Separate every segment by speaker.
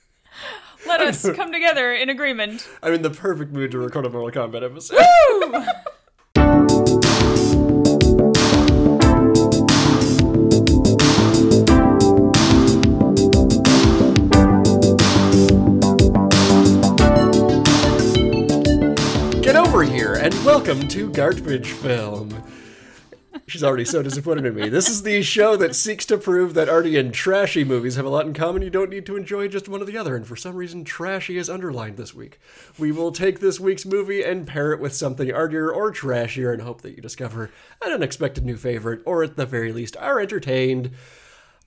Speaker 1: us come together in agreement.
Speaker 2: I'm in the perfect mood to record a Mortal Kombat episode.
Speaker 1: Woo!
Speaker 2: Get over here and welcome to Garbage Film. She's already so disappointed in me. This is the show that seeks to prove that arty and trashy movies have a lot in common. You don't need to enjoy just one or the other. And for some reason, trashy is underlined this week. We will take this week's movie and pair it with something artier or trashier and hope that you discover an unexpected new favorite, or at the very least, are entertained.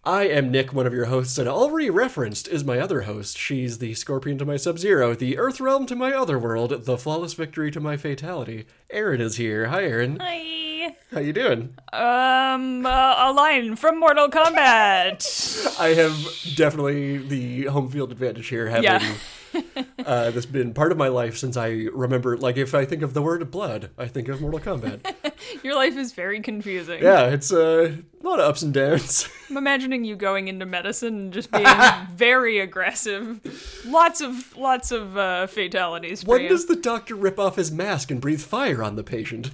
Speaker 2: I am Nick, one of your hosts, and already referenced is my other host. She's the Scorpion to my Sub Zero, the Earth Realm to my Other World, the Flawless Victory to my Fatality. Erin is here. Hi, Erin.
Speaker 1: Hi.
Speaker 2: How you doing?
Speaker 1: Um, uh, a line from Mortal Kombat.
Speaker 2: I have definitely the home field advantage here, having
Speaker 1: Yeah.
Speaker 2: uh, this been part of my life since I remember. Like, if I think of the word blood, I think of Mortal Kombat.
Speaker 1: Your life is very confusing.
Speaker 2: yeah, it's uh, a lot of ups and downs.
Speaker 1: I'm imagining you going into medicine and just being very aggressive. Lots of lots of uh, fatalities. For
Speaker 2: when
Speaker 1: you.
Speaker 2: does the doctor rip off his mask and breathe fire on the patient?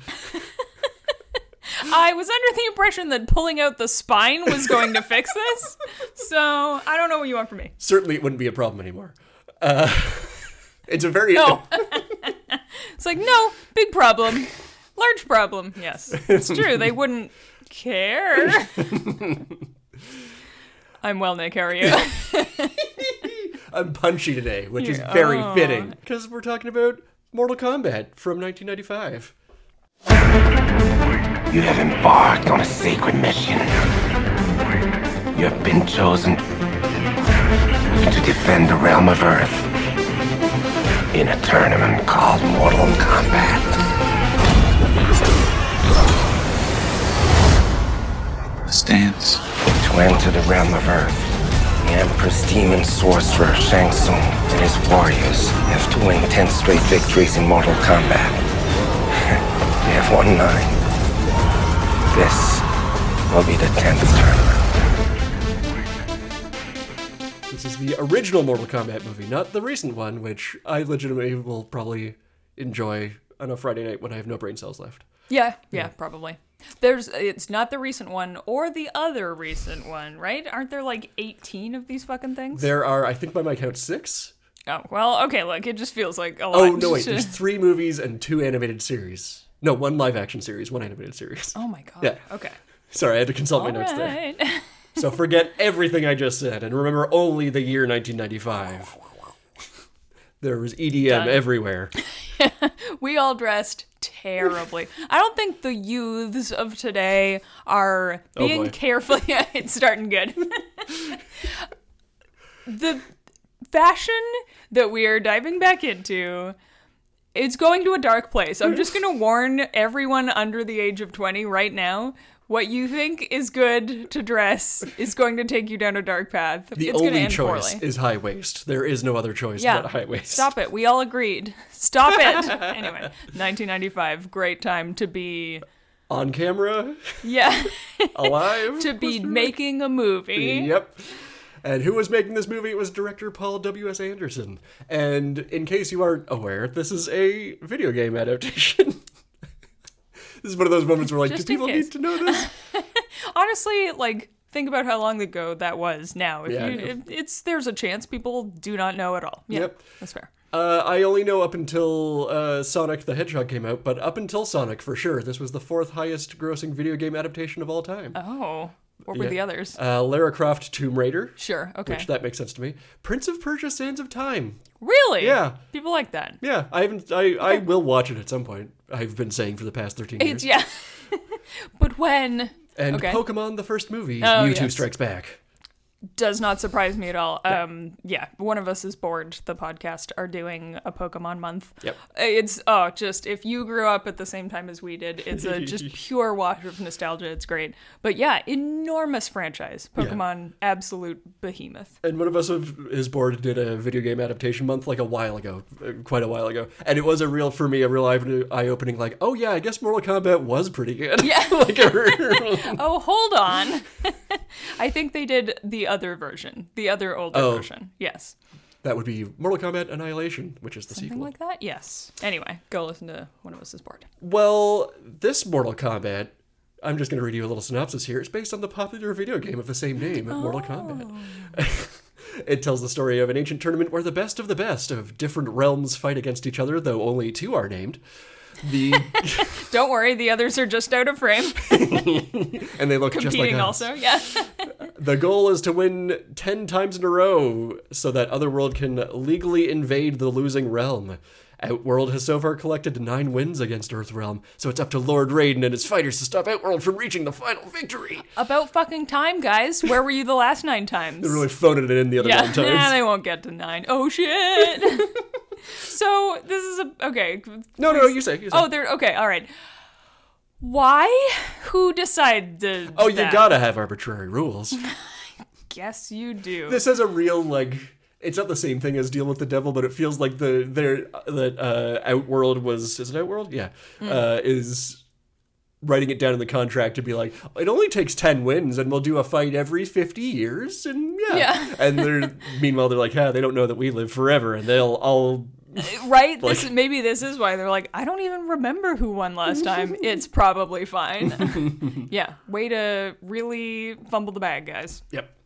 Speaker 1: I was under the impression that pulling out the spine was going to fix this. So I don't know what you want from me.
Speaker 2: Certainly, it wouldn't be a problem anymore. Uh, it's a very
Speaker 1: No. it's like, no, big problem. Large problem. Yes. It's true. They wouldn't care. I'm well, Nick. How are you?
Speaker 2: I'm punchy today, which is
Speaker 1: You're-
Speaker 2: very
Speaker 1: oh.
Speaker 2: fitting because we're talking about Mortal Kombat from 1995.
Speaker 3: You have embarked on a sacred mission. You have been chosen to defend the realm of Earth in a tournament called Mortal Kombat.
Speaker 4: stance.
Speaker 3: To enter the realm of Earth, the Empress Demon Sorcerer Shang Tsung and his warriors have to win 10 straight victories in Mortal Kombat. they have won nine. This will be the 10th tournament.
Speaker 2: This is the original Mortal Kombat movie, not the recent one, which I legitimately will probably enjoy on a Friday night when I have no brain cells left.
Speaker 1: yeah, yeah, probably. There's it's not the recent one or the other recent one, right? Aren't there like 18 of these fucking things?
Speaker 2: There are, I think by my count, six.
Speaker 1: oh, well, okay, look, it just feels like a lot.
Speaker 2: Oh, no, wait.
Speaker 1: to-
Speaker 2: There's three movies and two animated series. No, one live action series, one animated series.
Speaker 1: oh my god.
Speaker 2: Yeah.
Speaker 1: Okay.
Speaker 2: Sorry, I had to consult my
Speaker 1: All
Speaker 2: notes there.
Speaker 1: right.
Speaker 2: So forget everything I just said and remember only the year 1995. There was EDM everywhere.
Speaker 1: we all dressed terribly. I don't think the youths of today are
Speaker 2: Oh,
Speaker 1: being
Speaker 2: boy.
Speaker 1: careful. Yeah, it's starting good. the fashion that we are diving back into. It's going to a dark place. I'm just going to warn everyone under the age of 20 right now. What you think is good to dress is going to take you down a dark path.
Speaker 2: The
Speaker 1: it's going to
Speaker 2: only
Speaker 1: end
Speaker 2: choice
Speaker 1: poorly.
Speaker 2: is high waist. There is no other choice but high waist.
Speaker 1: Stop it. We all agreed. Stop it. anyway, 1995, great time to be
Speaker 2: On camera,
Speaker 1: yeah,
Speaker 2: alive.
Speaker 1: to be making a movie.
Speaker 2: Yep. And who was making this movie? It was director Paul W.S. Anderson. And in case you aren't aware, this is a video game adaptation. this is one of those moments where, like,
Speaker 1: Just
Speaker 2: do
Speaker 1: in
Speaker 2: people
Speaker 1: case.
Speaker 2: need to know this?
Speaker 1: Honestly, like think about how long ago that was now. If
Speaker 2: Yeah, I
Speaker 1: you
Speaker 2: know.
Speaker 1: if it's there's a chance people do not know at all. Yeah,
Speaker 2: Yep.
Speaker 1: That's fair.
Speaker 2: Uh, I only know up until uh, Sonic the Hedgehog came out, but up until Sonic, for sure, this was the fourth highest grossing video game adaptation of all time.
Speaker 1: Oh, what were
Speaker 2: Yeah.
Speaker 1: the others?
Speaker 2: Uh, Lara Croft Tomb Raider,
Speaker 1: sure. Okay.
Speaker 2: which that makes sense to me. Prince of Persia Sands of Time.
Speaker 1: really?
Speaker 2: Yeah.
Speaker 1: People like that.
Speaker 2: Yeah, I haven't. I, I will watch it at some point. I've been saying for the past 13 years.
Speaker 1: It's yeah. but when
Speaker 2: And
Speaker 1: Okay.
Speaker 2: Pokemon the first movie,
Speaker 1: Oh,
Speaker 2: Mewtwo
Speaker 1: yes.
Speaker 2: Strikes Back.
Speaker 1: does not surprise me at all. Um, yeah, one of us is bored. The podcast are doing a Pokemon month.
Speaker 2: Yep.
Speaker 1: It's oh, just if you grew up at the same time as we did, it's a just pure wash of nostalgia. It's great. But yeah, enormous franchise. Pokemon, absolute behemoth.
Speaker 2: And one of us of his board did a video game adaptation month like a while ago, uh, quite a while ago. And it was a real, for me, a real eye opening, like, oh yeah, I guess Mortal Kombat was pretty good. Yeah. like, a-
Speaker 1: Oh, hold
Speaker 2: Oh.
Speaker 1: on. I think they did the other version, the other older version. Yes.
Speaker 2: That would be Mortal Kombat Annihilation, which is the
Speaker 1: Something
Speaker 2: sequel.
Speaker 1: like that? Yes. Anyway, go listen to One of Us is Bored.
Speaker 2: Well, this Mortal Kombat, I'm just going to read you a little synopsis here. It's based on the popular video game of the same name, Mortal
Speaker 1: Oh.
Speaker 2: Kombat. it tells the story of an ancient tournament where the best of the best of different realms fight against each other, though only two are named. The
Speaker 1: Don't worry, the others are just out of frame.
Speaker 2: and they look just like
Speaker 1: Competing
Speaker 2: us.
Speaker 1: also. Yeah.
Speaker 2: The goal is to win 10 times in a row so that Otherworld can legally invade the losing realm. Outworld has so far collected nine wins against Earthrealm, so it's up to Lord Raiden and his fighters to stop Outworld from reaching the final victory.
Speaker 1: About fucking time, guys. Where were you the last nine times?
Speaker 2: They really phoned it in the other
Speaker 1: yeah.
Speaker 2: nine times.
Speaker 1: Nah, they won't get to nine. Oh shit. so this is a okay.
Speaker 2: no, no, you say. You say.
Speaker 1: Oh, they're okay. All right. Why? Who decided?
Speaker 2: Oh, you
Speaker 1: that?
Speaker 2: gotta have arbitrary rules.
Speaker 1: Yes, you do.
Speaker 2: this has a real like. It's not the same thing as dealing with the devil, but it feels like the their that uh, Outworld was is it Outworld? Yeah,
Speaker 1: Hmm.
Speaker 2: uh, is writing it down in the contract to be like it only takes ten wins, and we'll do a fight every fifty years, and yeah.
Speaker 1: Yeah.
Speaker 2: and they're meanwhile they're like, yeah, they don't know that we live forever, and they'll all
Speaker 1: right? This maybe this is why they're like, I don't even remember who won last time. It's probably fine. yeah, way to really fumble the bag, guys.
Speaker 2: Yep.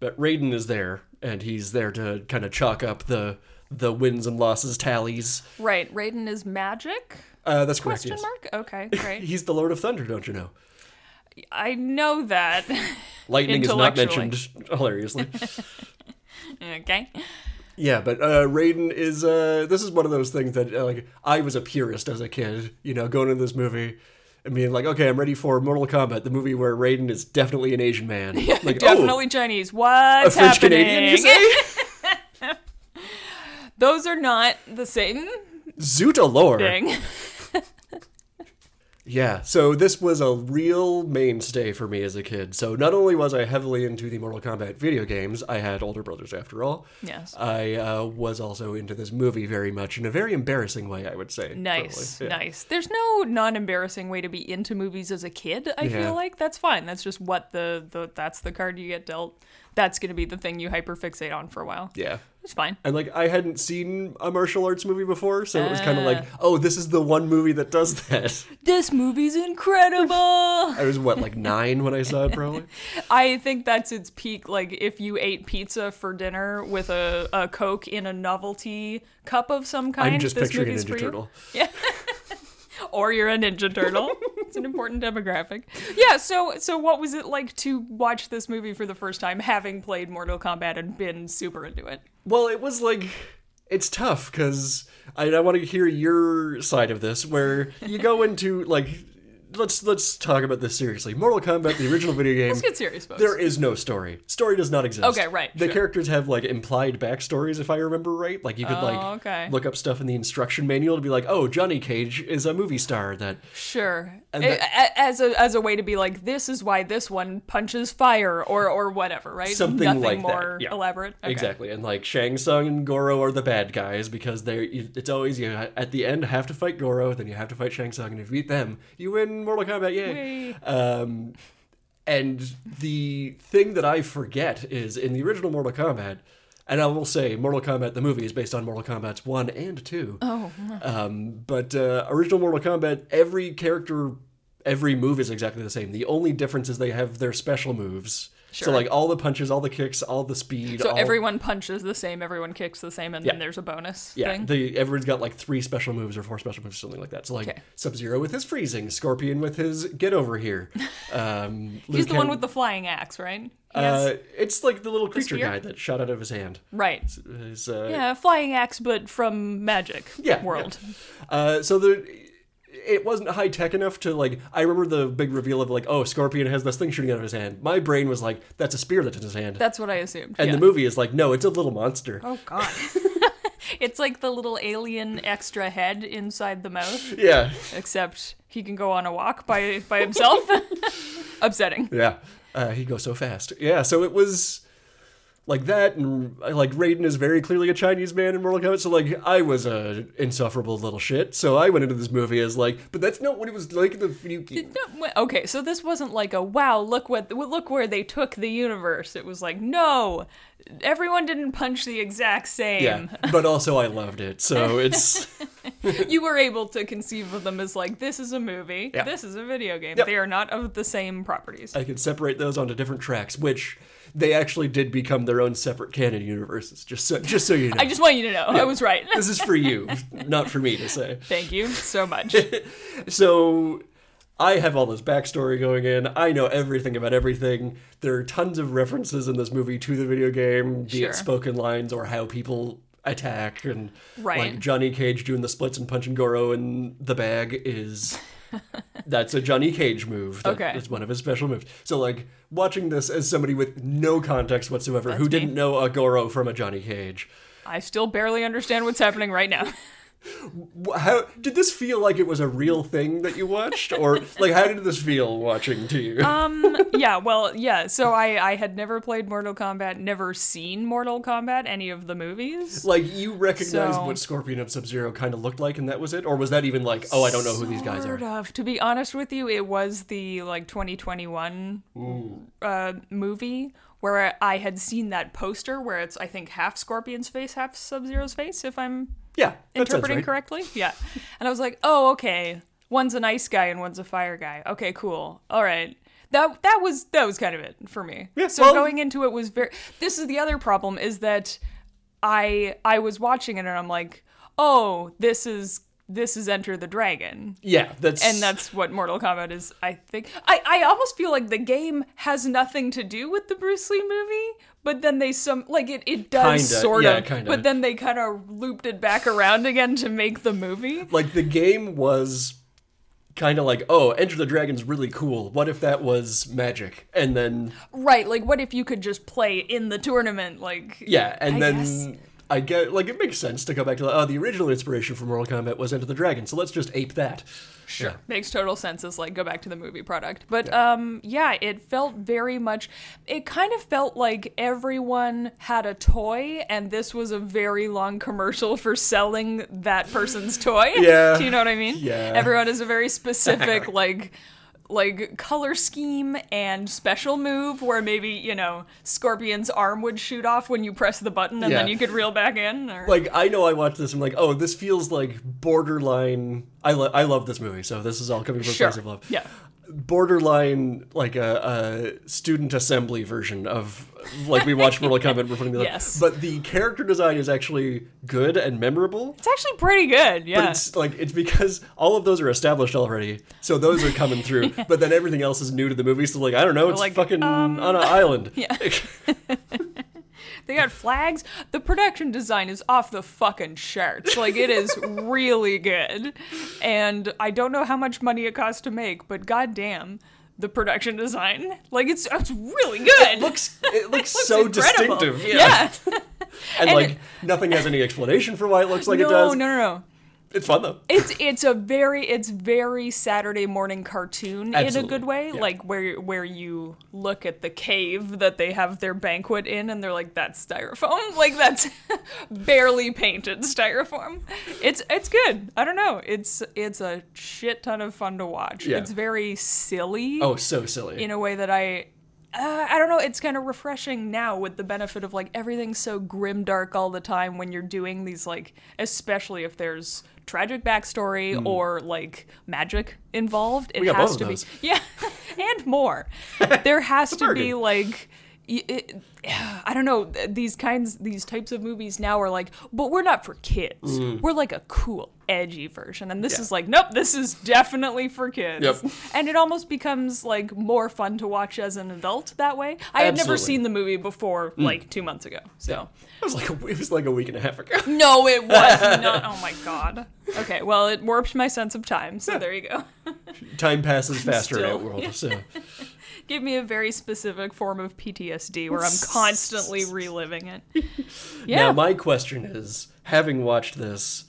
Speaker 2: But Raiden is there, and he's there to kind of chalk up the the wins and losses tallies.
Speaker 1: Right, Raiden is magic?
Speaker 2: Uh, that's correct.
Speaker 1: Question
Speaker 2: yes.
Speaker 1: mark? Okay, great.
Speaker 2: He's the Lord of Thunder, don't you know?
Speaker 1: I know that.
Speaker 2: Lightning is not
Speaker 1: Intellectually.
Speaker 2: mentioned hilariously.
Speaker 1: okay.
Speaker 2: yeah, but uh, Raiden is. Uh, this is one of those things that uh, like I was a purist as a kid. You know, going into this movie. and being like, okay, I'm ready for Mortal Kombat, the movie where Raiden is definitely an Asian man. like,
Speaker 1: Definitely Chinese.
Speaker 2: oh, a
Speaker 1: What's
Speaker 2: French
Speaker 1: happening?
Speaker 2: Canadian, you say?
Speaker 1: Those are not the same
Speaker 2: Zoot lore.
Speaker 1: thing.
Speaker 2: Yeah, so this was a real mainstay for me as a kid. So not only was I heavily into the Mortal Kombat video games, I had older brothers after all.
Speaker 1: Yes.
Speaker 2: I uh, was also into this movie very much in a very embarrassing way, I would say.
Speaker 1: Nice,
Speaker 2: probably. Yeah.
Speaker 1: nice. There's no non-embarrassing way to be into movies as a kid. I
Speaker 2: Yeah.
Speaker 1: feel like that's fine. That's just what the, the that's the card you get dealt. That's gonna be the thing you hyperfixate on for a while.
Speaker 2: Yeah.
Speaker 1: It's fine.
Speaker 2: And like I hadn't seen a martial arts movie before, so it was
Speaker 1: Uh.
Speaker 2: kind of like, oh, this is the one movie that does that.
Speaker 1: This movie's incredible.
Speaker 2: I was what like nine when I saw it, probably.
Speaker 1: I think that's its peak. Like if you ate pizza for dinner with a, a Coke in a novelty cup of some kind.
Speaker 2: I'm just
Speaker 1: this
Speaker 2: picturing a
Speaker 1: movie's for you.
Speaker 2: Ninja Turtle.
Speaker 1: or you're a ninja turtle. it's an important demographic. Yeah, so so what was it like to watch this movie for the first time having played Mortal Kombat and been super into it?
Speaker 2: Well, it was like it's tough because I, I want to hear your side of this, where you go into like let's let's talk about this seriously. Mortal Kombat, the original video game.
Speaker 1: Let's get serious, folks.
Speaker 2: There is no story. Story does not exist.
Speaker 1: Okay, right,
Speaker 2: The
Speaker 1: sure.
Speaker 2: characters have like implied backstories, if I remember right. Like you could like
Speaker 1: Oh, okay.
Speaker 2: look up stuff in the instruction manual to be like, oh, Johnny Cage is a movie star that
Speaker 1: sure.
Speaker 2: And
Speaker 1: A- a- as a as a way to be like this is why this one punches fire or or whatever, right?
Speaker 2: Something
Speaker 1: Nothing
Speaker 2: like that,
Speaker 1: more
Speaker 2: yeah.
Speaker 1: elaborate. Okay.
Speaker 2: Exactly, and like Shang Tsung and Goro are the bad guys because they're. It's always you at the end have to fight Goro, then you have to fight Shang Tsung, and if you beat them, you win Mortal Kombat. Yay! Um, and the thing that I forget is in the original Mortal Kombat, and I will say Mortal Kombat the movie is based on Mortal Kombat's one and two. Oh. Um, but uh, original Mortal Kombat, every character. Every move is exactly the same. The only difference is they have their special moves. So
Speaker 1: Sure.
Speaker 2: like all the punches, all the kicks, all the speed.
Speaker 1: So
Speaker 2: all-
Speaker 1: everyone punches the same, everyone kicks the same, and
Speaker 2: Yeah.
Speaker 1: then there's a bonus
Speaker 2: yeah,
Speaker 1: thing.
Speaker 2: they, everyone's got like three special moves or four special moves, something like that. So like
Speaker 1: Okay.
Speaker 2: Sub Zero with his freezing, Scorpion with his get over here. Um,
Speaker 1: He's the one with the flying axe, right? He has-
Speaker 2: Uh, it's like the little creature
Speaker 1: spear?
Speaker 2: guy that shot out of his hand.
Speaker 1: right.
Speaker 2: His, uh,
Speaker 1: Yeah, flying axe, but from magic
Speaker 2: yeah,
Speaker 1: world.
Speaker 2: yeah. Uh, so the it wasn't high tech enough to like. I remember the big reveal of like, oh, Scorpion has this thing shooting out of his hand. My brain was like, that's a spear that's in his hand.
Speaker 1: That's what I assumed.
Speaker 2: and
Speaker 1: yeah.
Speaker 2: the movie is like, no, it's a little monster.
Speaker 1: Oh god. it's like the little alien extra head inside the mouth,
Speaker 2: Yeah,
Speaker 1: except he can go on a walk by by himself. Upsetting.
Speaker 2: Yeah. Uh, he goes so fast. Yeah, so it was like that, and like Raiden is very clearly a Chinese man in Mortal Kombat. So like I was a insufferable little shit. So I went into this movie as like, but that's not what it was like in the Fuki.
Speaker 1: No, wait, okay, so this wasn't like a wow, look what look where they took the universe. It was like, no, everyone didn't punch the exact
Speaker 2: Yeah,
Speaker 1: same.
Speaker 2: but also I loved it. So it's
Speaker 1: You were able to conceive of them as like this is a movie,
Speaker 2: Yeah.
Speaker 1: this is a video game.
Speaker 2: Yep.
Speaker 1: They are not of the same properties.
Speaker 2: I could separate those onto different tracks, which they actually did become their own separate canon universes. Just so, just so you know,
Speaker 1: I just want you to know. I was right.
Speaker 2: this is for you, not for me to say.
Speaker 1: Thank you so much.
Speaker 2: So I have all this backstory going in. I know everything about everything. There are tons of references in this movie to the video game, be
Speaker 1: Sure.
Speaker 2: it spoken lines or how people attack and
Speaker 1: Right.
Speaker 2: like Johnny Cage doing the splits and punching Goro in the bag is that's a Johnny Cage move. That
Speaker 1: Okay.
Speaker 2: It's one of his special moves. So like watching this as somebody with no context whatsoever who
Speaker 1: me.
Speaker 2: didn't know a Goro from a Johnny Cage.
Speaker 1: I still barely understand what's happening right now.
Speaker 2: wh- how did this feel like it was a real thing that you watched or like how did this feel watching to
Speaker 1: Um,
Speaker 2: you
Speaker 1: yeah, well, yeah. So I I had never played Mortal Kombat, never seen Mortal Kombat any of the movies.
Speaker 2: like you recognized
Speaker 1: So-
Speaker 2: what scorpion and sub-zero kind of looked like and that was it or was that even like oh i don't know who these guys
Speaker 1: Sort
Speaker 2: are
Speaker 1: of. To be honest with you, it was the like 2021 uh, movie where I had seen that poster where it's I think half Scorpion's face, half Sub Zero's face, if I'm
Speaker 2: yeah that sounds
Speaker 1: interpreting
Speaker 2: right.
Speaker 1: correctly. Yeah, and I was like, oh, okay. One's an ice guy and one's a fire guy. Okay, cool. All right. That that was that was kind of it for me.
Speaker 2: Yeah,
Speaker 1: so
Speaker 2: well-
Speaker 1: going into it was very. This is the other problem is that I I was watching it and I'm like, oh, this is this is Enter the Dragon.
Speaker 2: yeah that's
Speaker 1: And that's what Mortal Kombat is, I think. I, I almost feel like the game has nothing to do with the Bruce Lee movie, but then they some like it, it does
Speaker 2: Kinda,
Speaker 1: sort
Speaker 2: yeah,
Speaker 1: of
Speaker 2: kinda.
Speaker 1: but then they kind of looped it back around again to make the movie.
Speaker 2: like the game was kind of like oh enter the dragon's really cool what if that was magic and then
Speaker 1: Right, like what if you could just play in the tournament like
Speaker 2: Yeah, and
Speaker 1: I
Speaker 2: then
Speaker 1: guess.
Speaker 2: I get like it makes sense to go back to like, oh the original inspiration for Mortal Kombat was Enter the Dragon, so let's just ape that. Sure.
Speaker 1: makes total sense as like go back to the movie product but um yeah it felt very much it kind of felt like everyone had a toy and this was a very long commercial for selling that person's toy
Speaker 2: Yeah.
Speaker 1: do you know what i mean
Speaker 2: Yeah.
Speaker 1: everyone has a very specific like like color scheme and special move where maybe you know scorpion's arm would shoot off when you press the button and
Speaker 2: Yeah.
Speaker 1: then you could reel back in or
Speaker 2: Like I know I watched this, I'm like, oh, this feels like borderline. I lo- I love this movie, so this is all coming from a
Speaker 1: sure
Speaker 2: place of love.
Speaker 1: yeah
Speaker 2: Borderline, like a, a student assembly version of like we watched Mortal Kombat. We're putting the
Speaker 1: Yes.
Speaker 2: but the character design is actually good and memorable.
Speaker 1: it's actually pretty good yeah
Speaker 2: But it's like it's because all of those are established already, so those are coming through. But then everything else is new to the movie, so like I don't know, it's
Speaker 1: Like, um,
Speaker 2: fucking on an island.
Speaker 1: yeah. They got flags. The production design is off the fucking charts. Like it is really good. And I don't know how much money it costs to make, but goddamn, the production design. Like it's it's really good.
Speaker 2: looks it looks, so
Speaker 1: incredible.
Speaker 2: distinctive.
Speaker 1: Yeah.
Speaker 2: and,
Speaker 1: And-
Speaker 2: like nothing has any explanation for why it looks like
Speaker 1: no,
Speaker 2: it does.
Speaker 1: no, no, no.
Speaker 2: It's fun though.
Speaker 1: It's it's a very it's very Saturday morning cartoon in a
Speaker 2: Absolutely,
Speaker 1: good way,
Speaker 2: yeah.
Speaker 1: like where where you look at the cave that they have their banquet in, and they're like that's styrofoam, like that's barely painted styrofoam. It's it's good. I don't know. It's it's a shit ton of fun to watch.
Speaker 2: Yeah.
Speaker 1: It's very silly
Speaker 2: Oh, so silly.
Speaker 1: in a way that I. Uh, I don't know. It's kind of refreshing now with the benefit of like everything's so grim dark all the time when you're doing these like, especially if there's tragic backstory or like magic involved. It
Speaker 2: Hmm. got both
Speaker 1: has
Speaker 2: of
Speaker 1: to
Speaker 2: those.
Speaker 1: be yeah, and more. There has to be
Speaker 2: bargain.
Speaker 1: like. y- It, I don't know. th- These kinds, these types of movies now are like, but we're not for kids. We're like a cool, edgy version, and this
Speaker 2: Mm. Yeah.
Speaker 1: is like, nope, this is definitely for kids
Speaker 2: Yep.
Speaker 1: and it almost becomes like more fun to watch as an adult that way. I had never
Speaker 2: Absolutely. Mm.
Speaker 1: seen the movie before, like two months ago. So
Speaker 2: It was like a, it was like a week and a half ago.
Speaker 1: no, it was not. Oh my god. Okay, well, it warped my sense of time. So there you go.
Speaker 2: Time passes faster in
Speaker 1: Still.
Speaker 2: that world. So
Speaker 1: Give me a very specific form of PTSD where I'm constantly reliving it. Yeah.
Speaker 2: now my question is, having watched this.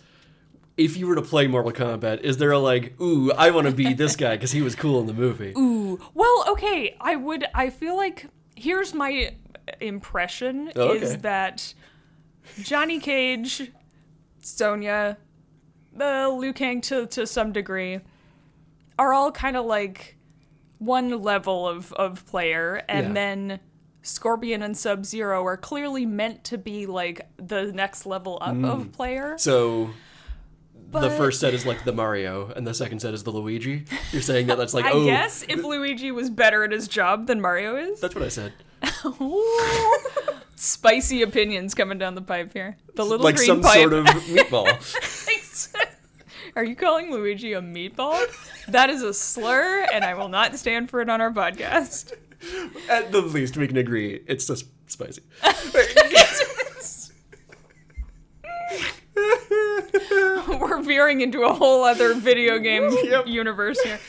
Speaker 2: If you were to play Mortal Kombat, is there a like, ooh, I want to be this guy because he was cool in the movie?
Speaker 1: Well, okay, I would. I feel like here's my impression
Speaker 2: Oh, okay.
Speaker 1: is that Johnny Cage, Sonya, uh, Liu Kang to to some degree, are all kind of like one level of of player, and
Speaker 2: Yeah.
Speaker 1: then Scorpion and Sub Zero are clearly meant to be like the next level up
Speaker 2: Mm.
Speaker 1: of player.
Speaker 2: So the
Speaker 1: But-
Speaker 2: first set is like the Mario, and the second set is the Luigi. You're saying that that's like
Speaker 1: I
Speaker 2: oh,
Speaker 1: guess if Luigi was better at his job than Mario is.
Speaker 2: that's what I said.
Speaker 1: Ooh. Spicy opinions coming down the pipe here. The little
Speaker 2: like
Speaker 1: green
Speaker 2: some
Speaker 1: pipe.
Speaker 2: sort of meatball.
Speaker 1: Are you calling Luigi a meatball? That is a slur, and I will not stand for it on our podcast.
Speaker 2: At the least, we can agree it's just spicy.
Speaker 1: We're veering into a whole other video game
Speaker 2: Yep.
Speaker 1: universe here.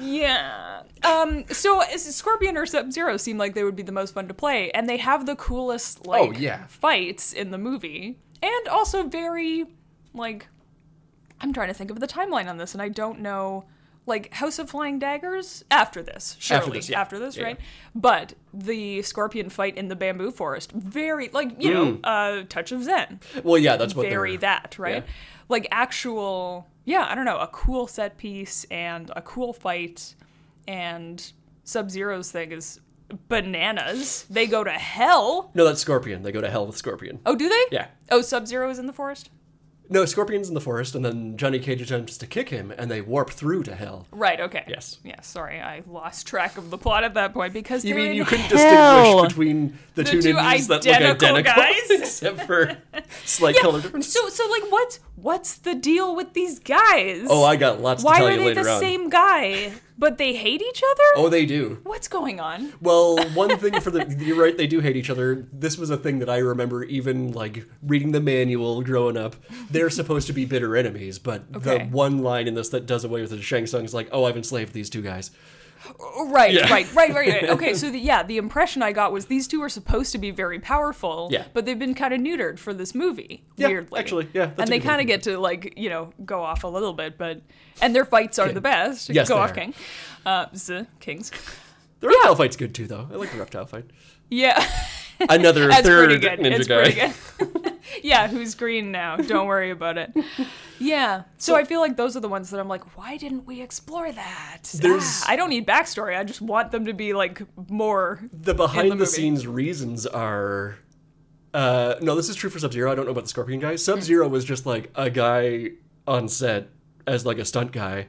Speaker 1: Yeah. Um. So is Scorpion or Sub Zero seem like they would be the most fun to play, and they have the coolest like
Speaker 2: Oh, yeah.
Speaker 1: fights in the movie, and also very like I'm trying to think of the timeline on this, and I don't know. Like House of Flying Daggers after this, surely after
Speaker 2: this,
Speaker 1: this,
Speaker 2: yeah. Yeah,
Speaker 1: right?
Speaker 2: yeah.
Speaker 1: But the scorpion fight in the bamboo forest, very like you know, uh, touch of Zen
Speaker 2: Mm. Well, yeah, that's what
Speaker 1: bury
Speaker 2: they're.
Speaker 1: that, right?
Speaker 2: yeah.
Speaker 1: Like actual, yeah, I don't know, a cool set piece and a cool fight, and Sub Zero's thing is bananas. They go to hell.
Speaker 2: No, that's Scorpion. They go to hell with Scorpion.
Speaker 1: Oh, do they?
Speaker 2: Yeah.
Speaker 1: Oh, Sub Zero is in the forest.
Speaker 2: No, Scorpion's in the forest, and then Johnny Cage attempts to kick him, and they warp through to hell.
Speaker 1: Right. Okay.
Speaker 2: Yes.
Speaker 1: Yeah. Sorry, I lost track of the plot at that point because
Speaker 2: You
Speaker 1: they're
Speaker 2: mean
Speaker 1: in
Speaker 2: you couldn't
Speaker 1: hell.
Speaker 2: distinguish between the, two
Speaker 1: two
Speaker 2: ninjas that look
Speaker 1: identical
Speaker 2: identical,
Speaker 1: guys?
Speaker 2: except for slight color difference?
Speaker 1: So, so like, what's what's the deal with these guys?
Speaker 2: Oh, I got lots
Speaker 1: Why
Speaker 2: to tell
Speaker 1: are
Speaker 2: you
Speaker 1: they
Speaker 2: later
Speaker 1: the
Speaker 2: on.
Speaker 1: same guy, but they hate each other?
Speaker 2: Oh, they do.
Speaker 1: What's going on?
Speaker 2: Well, one thing for the you're right, they do hate each other. This was a thing that I remember even like reading the manual growing up. They're supposed to be bitter enemies, but the
Speaker 1: Okay.
Speaker 2: one line in this that does away with it, Shang Tsung is like, "Oh, I've enslaved these two guys."
Speaker 1: Right,
Speaker 2: Yeah.
Speaker 1: right, right, right, right. Okay, so the, yeah, the impression I got was these two are supposed to be very powerful,
Speaker 2: Yeah.
Speaker 1: but they've been kind of neutered for this movie,
Speaker 2: Yeah,
Speaker 1: weirdly.
Speaker 2: actually, yeah, that's a
Speaker 1: and they
Speaker 2: good
Speaker 1: kind
Speaker 2: way
Speaker 1: of
Speaker 2: to
Speaker 1: get to like you know go off a little bit, but and their fights are the best.
Speaker 2: Yes,
Speaker 1: go
Speaker 2: they
Speaker 1: off
Speaker 2: are.
Speaker 1: king, uh, z kings.
Speaker 2: The reptile fight's good too, though. I like the reptile fight.
Speaker 1: Yeah,
Speaker 2: Another
Speaker 1: that's pretty
Speaker 2: third
Speaker 1: good.
Speaker 2: ninja
Speaker 1: it's
Speaker 2: guy.
Speaker 1: pretty good. yeah, who's green now? Don't worry about it. Yeah, so, I feel like those are the ones that I'm like, why didn't we explore that?
Speaker 2: There's-
Speaker 1: Ah, I don't need backstory. I just want them to be like more
Speaker 2: The behind the,
Speaker 1: movie.
Speaker 2: scenes reasons are. Uh, no, this is true for Sub Zero. I don't know about the Scorpion guy. Sub Zero was just like a guy on set as like a stunt guy.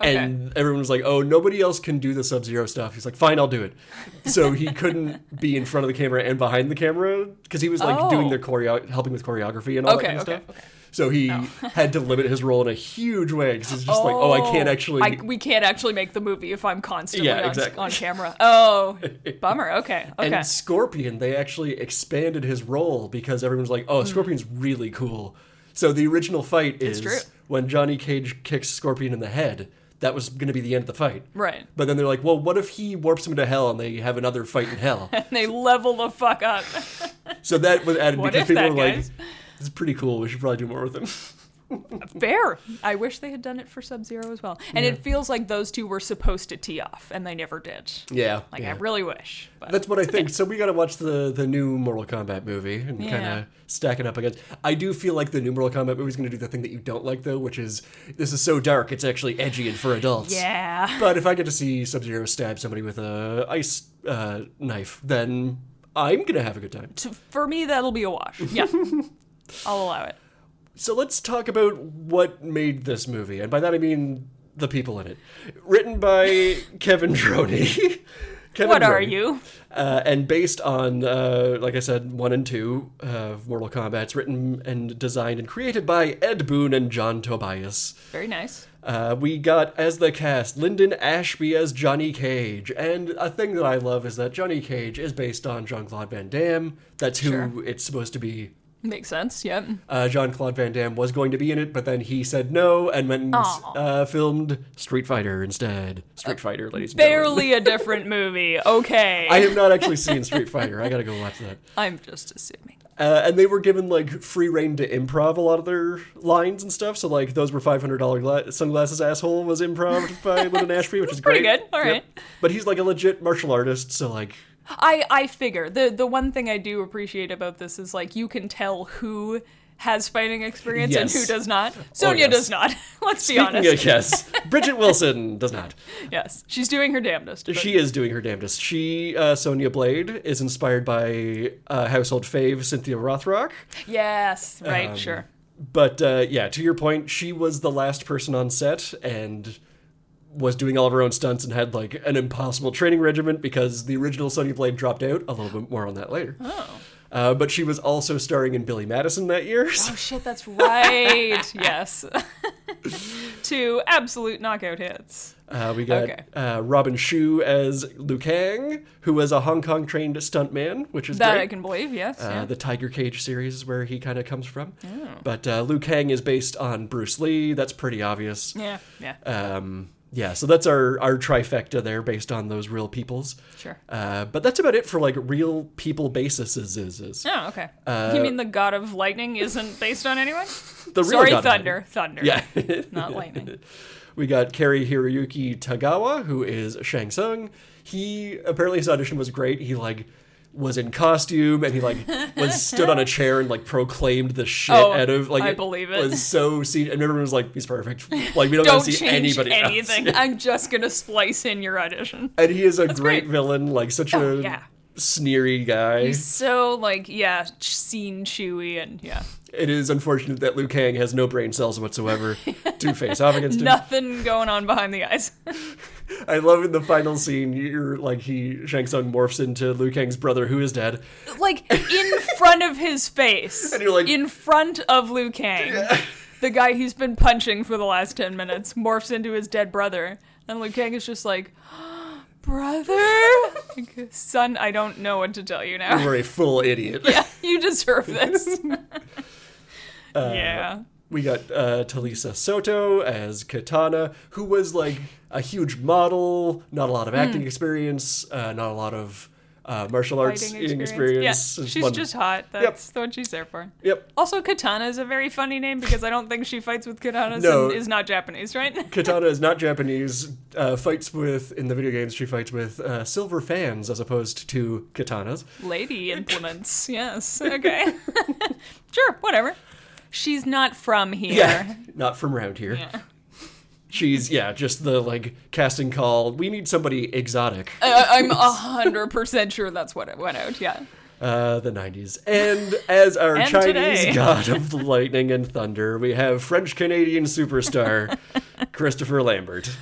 Speaker 2: And everyone was like, oh, nobody else can do the Sub Zero stuff. He's like, fine, I'll do it. So he couldn't be in front of the camera and behind the camera because he was like
Speaker 1: Oh.
Speaker 2: doing their choreo, helping with choreography and all
Speaker 1: Okay,
Speaker 2: that kind of
Speaker 1: okay,
Speaker 2: stuff. So he had to limit his role in a huge way because he's just like, oh, I can't actually.
Speaker 1: I- we can't actually make the movie if I'm constantly
Speaker 2: Yeah,
Speaker 1: on,
Speaker 2: exactly.
Speaker 1: on camera. Oh, bummer. Okay, okay.
Speaker 2: And Scorpion, they actually expanded his role because everyone's like, "Oh, Scorpion's really cool." So the original fight is
Speaker 1: Hmm. true.
Speaker 2: when Johnny Cage kicks Scorpion in the head. That was going to be the end of the fight.
Speaker 1: Right.
Speaker 2: But then they're like, "Well, what if he warps him to hell and they have another fight in hell?"
Speaker 1: And they level the fuck up.
Speaker 2: so that was added
Speaker 1: What
Speaker 2: because
Speaker 1: if
Speaker 2: people
Speaker 1: that
Speaker 2: were like,
Speaker 1: guy's-
Speaker 2: "This is pretty cool. We should probably do more with him."
Speaker 1: Fair. I wish they had done it for Sub Zero as well. And it feels like those two were supposed to tee off, and they never did.
Speaker 2: yeah.
Speaker 1: Like
Speaker 2: yeah.
Speaker 1: I really wish. But
Speaker 2: That's what I think. So we got to watch the the new Mortal Kombat movie and kind
Speaker 1: Yeah.
Speaker 2: of stack it up against. I do feel like the new Mortal Kombat movie is going to do the thing that you don't like though, which is this is so dark. It's actually edgy and for adults.
Speaker 1: yeah.
Speaker 2: But if I get to see Sub Zero stab somebody with a ice uh, knife, then I'm gonna have a good time.
Speaker 1: To- for me, that'll be a wash. Yeah, I'll allow it.
Speaker 2: So let's talk about what made this movie, and by that I mean the people in it. Written by Kevin Droney. Kevin
Speaker 1: What are
Speaker 2: Droney.
Speaker 1: you?
Speaker 2: uh, and based on, uh, like I said, one and two of Mortal Kombat. It's written and designed and created by Ed Boon and John Tobias.
Speaker 1: Very nice.
Speaker 2: Uh, we got as the cast Lyndon Ashby as Johnny Cage, and a thing that I love is that Johnny Cage is based on Jean Claude Van Damme. That's who
Speaker 1: Sure.
Speaker 2: it's supposed to be.
Speaker 1: Makes sense. Yep.
Speaker 2: Uh, Jean Claude Van Damme was going to be in it, but then he said no and went and s-
Speaker 1: Aw. Uh,
Speaker 2: uh, filmed Street Fighter instead. Street Fighter, ladies and gentlemen.
Speaker 1: Barely a different movie. Okay.
Speaker 2: I have not actually seen Street Fighter. I gotta go watch that.
Speaker 1: I'm just assuming.
Speaker 2: Uh, and they were given like free reign to improv a lot of their lines and stuff. So like those were five hundred dollar gla- sunglasses asshole was improv by Lyndon Ashby, which is
Speaker 1: pretty
Speaker 2: great.
Speaker 1: good. All right.
Speaker 2: But he's like a legit martial artist, so like
Speaker 1: I I figure the the one thing I do appreciate about this is like you can tell who has fighting experience and who
Speaker 2: Yes. Oh,
Speaker 1: does not. Sonya
Speaker 2: yes.
Speaker 1: does not. Let's be
Speaker 2: Speaking
Speaker 1: honest.
Speaker 2: of yes, Bridget Wilson does not.
Speaker 1: yes, she's doing her damnedest. but-
Speaker 2: She is doing her damnedest. She, uh, Sonia Blade, is inspired by uh, household fave Cynthia Rothrock.
Speaker 1: yes,
Speaker 2: Um,
Speaker 1: right, sure.
Speaker 2: But uh, yeah, to your point, she was the last person on set and was doing all of her own stunts and had like an impossible training regiment because the original Sonya Blade dropped out. A little bit more on that later. Oh. Uh, but she was also starring in Billy Madison that year. so-
Speaker 1: Oh shit, that's right. yes. Two absolute knockout hits.
Speaker 2: Uh, we got
Speaker 1: Okay.
Speaker 2: uh, Robin Shu as Liu Kang, who was a Hong Kong trained stuntman, which is
Speaker 1: That
Speaker 2: great.
Speaker 1: I can believe, yes.
Speaker 2: Uh,
Speaker 1: yeah.
Speaker 2: The Tiger Cage series is where he kind of comes from.
Speaker 1: Oh.
Speaker 2: But uh, Liu Kang is based on Bruce Lee. That's pretty obvious.
Speaker 1: yeah, yeah,
Speaker 2: Um, yeah, so that's our, our trifecta there based on those real peoples.
Speaker 1: sure.
Speaker 2: Uh, but that's about it for like real people basis. Is, is, is.
Speaker 1: Oh, okay. you mean the god of lightning isn't based on anyone?
Speaker 2: uh, The real
Speaker 1: Sorry,
Speaker 2: God of
Speaker 1: thunder. Thunder.
Speaker 2: Yeah.
Speaker 1: Not lightning.
Speaker 2: We got Kerry Hiroyuki Tagawa, who is Shang Tsung. He apparently his audition was great. He like was in costume and he like was stood on a chair and like proclaimed the shit
Speaker 1: Oh,
Speaker 2: out of like
Speaker 1: I believe it.
Speaker 2: was so seen and everyone was like he's perfect. Like we don't,
Speaker 1: Don't
Speaker 2: gotta see
Speaker 1: change
Speaker 2: anybody else.
Speaker 1: anything. I'm just gonna splice in your audition.
Speaker 2: And he is a great,
Speaker 1: great.
Speaker 2: villain, like such
Speaker 1: Oh,
Speaker 2: a
Speaker 1: yeah.
Speaker 2: sneery guy.
Speaker 1: He's so like yeah, ch- scene chewy and yeah,
Speaker 2: It is unfortunate that Liu Kang has no brain cells whatsoever to face off against him.
Speaker 1: nothing going on behind the eyes.
Speaker 2: I love in the final scene, you're like he Shang Tsung morphs into Liu Kang's brother, who is dead.
Speaker 1: like in front of his face,
Speaker 2: And you're like-
Speaker 1: in front of Liu Kang, the guy he's been punching for the last ten minutes morphs into his dead brother, and Liu Kang is just like, brother, Like, son, I don't know what to tell you now.
Speaker 2: You're a full idiot.
Speaker 1: You deserve this. yeah.
Speaker 2: We got uh, Talisa Soto as Katana, who was like a huge model, not a lot of
Speaker 1: Hmm.
Speaker 2: acting experience, uh, not a lot of uh, martial arts
Speaker 1: Fighting
Speaker 2: eating
Speaker 1: experience.
Speaker 2: experience.
Speaker 1: Yeah,
Speaker 2: It's
Speaker 1: she's
Speaker 2: fun.
Speaker 1: just hot. That's what she's there for.
Speaker 2: Yep.
Speaker 1: Also, Katana is a very funny name because I don't think she fights with katanas
Speaker 2: No.
Speaker 1: and is not Japanese, right?
Speaker 2: Katana is not Japanese. Uh, fights with in the video games, she fights with uh, silver fans as opposed to katanas.
Speaker 1: Lady implements. yes. Okay. sure. Whatever. She's not from here.
Speaker 2: Yeah, not from around here. She's yeah, just the like casting call. We need somebody exotic.
Speaker 1: I, I'm a hundred percent sure that's what it went out. Yeah.
Speaker 2: Uh, the 90s. And as our
Speaker 1: And
Speaker 2: Chinese
Speaker 1: today.
Speaker 2: god of lightning and thunder, we have French Canadian superstar Christopher Lambert.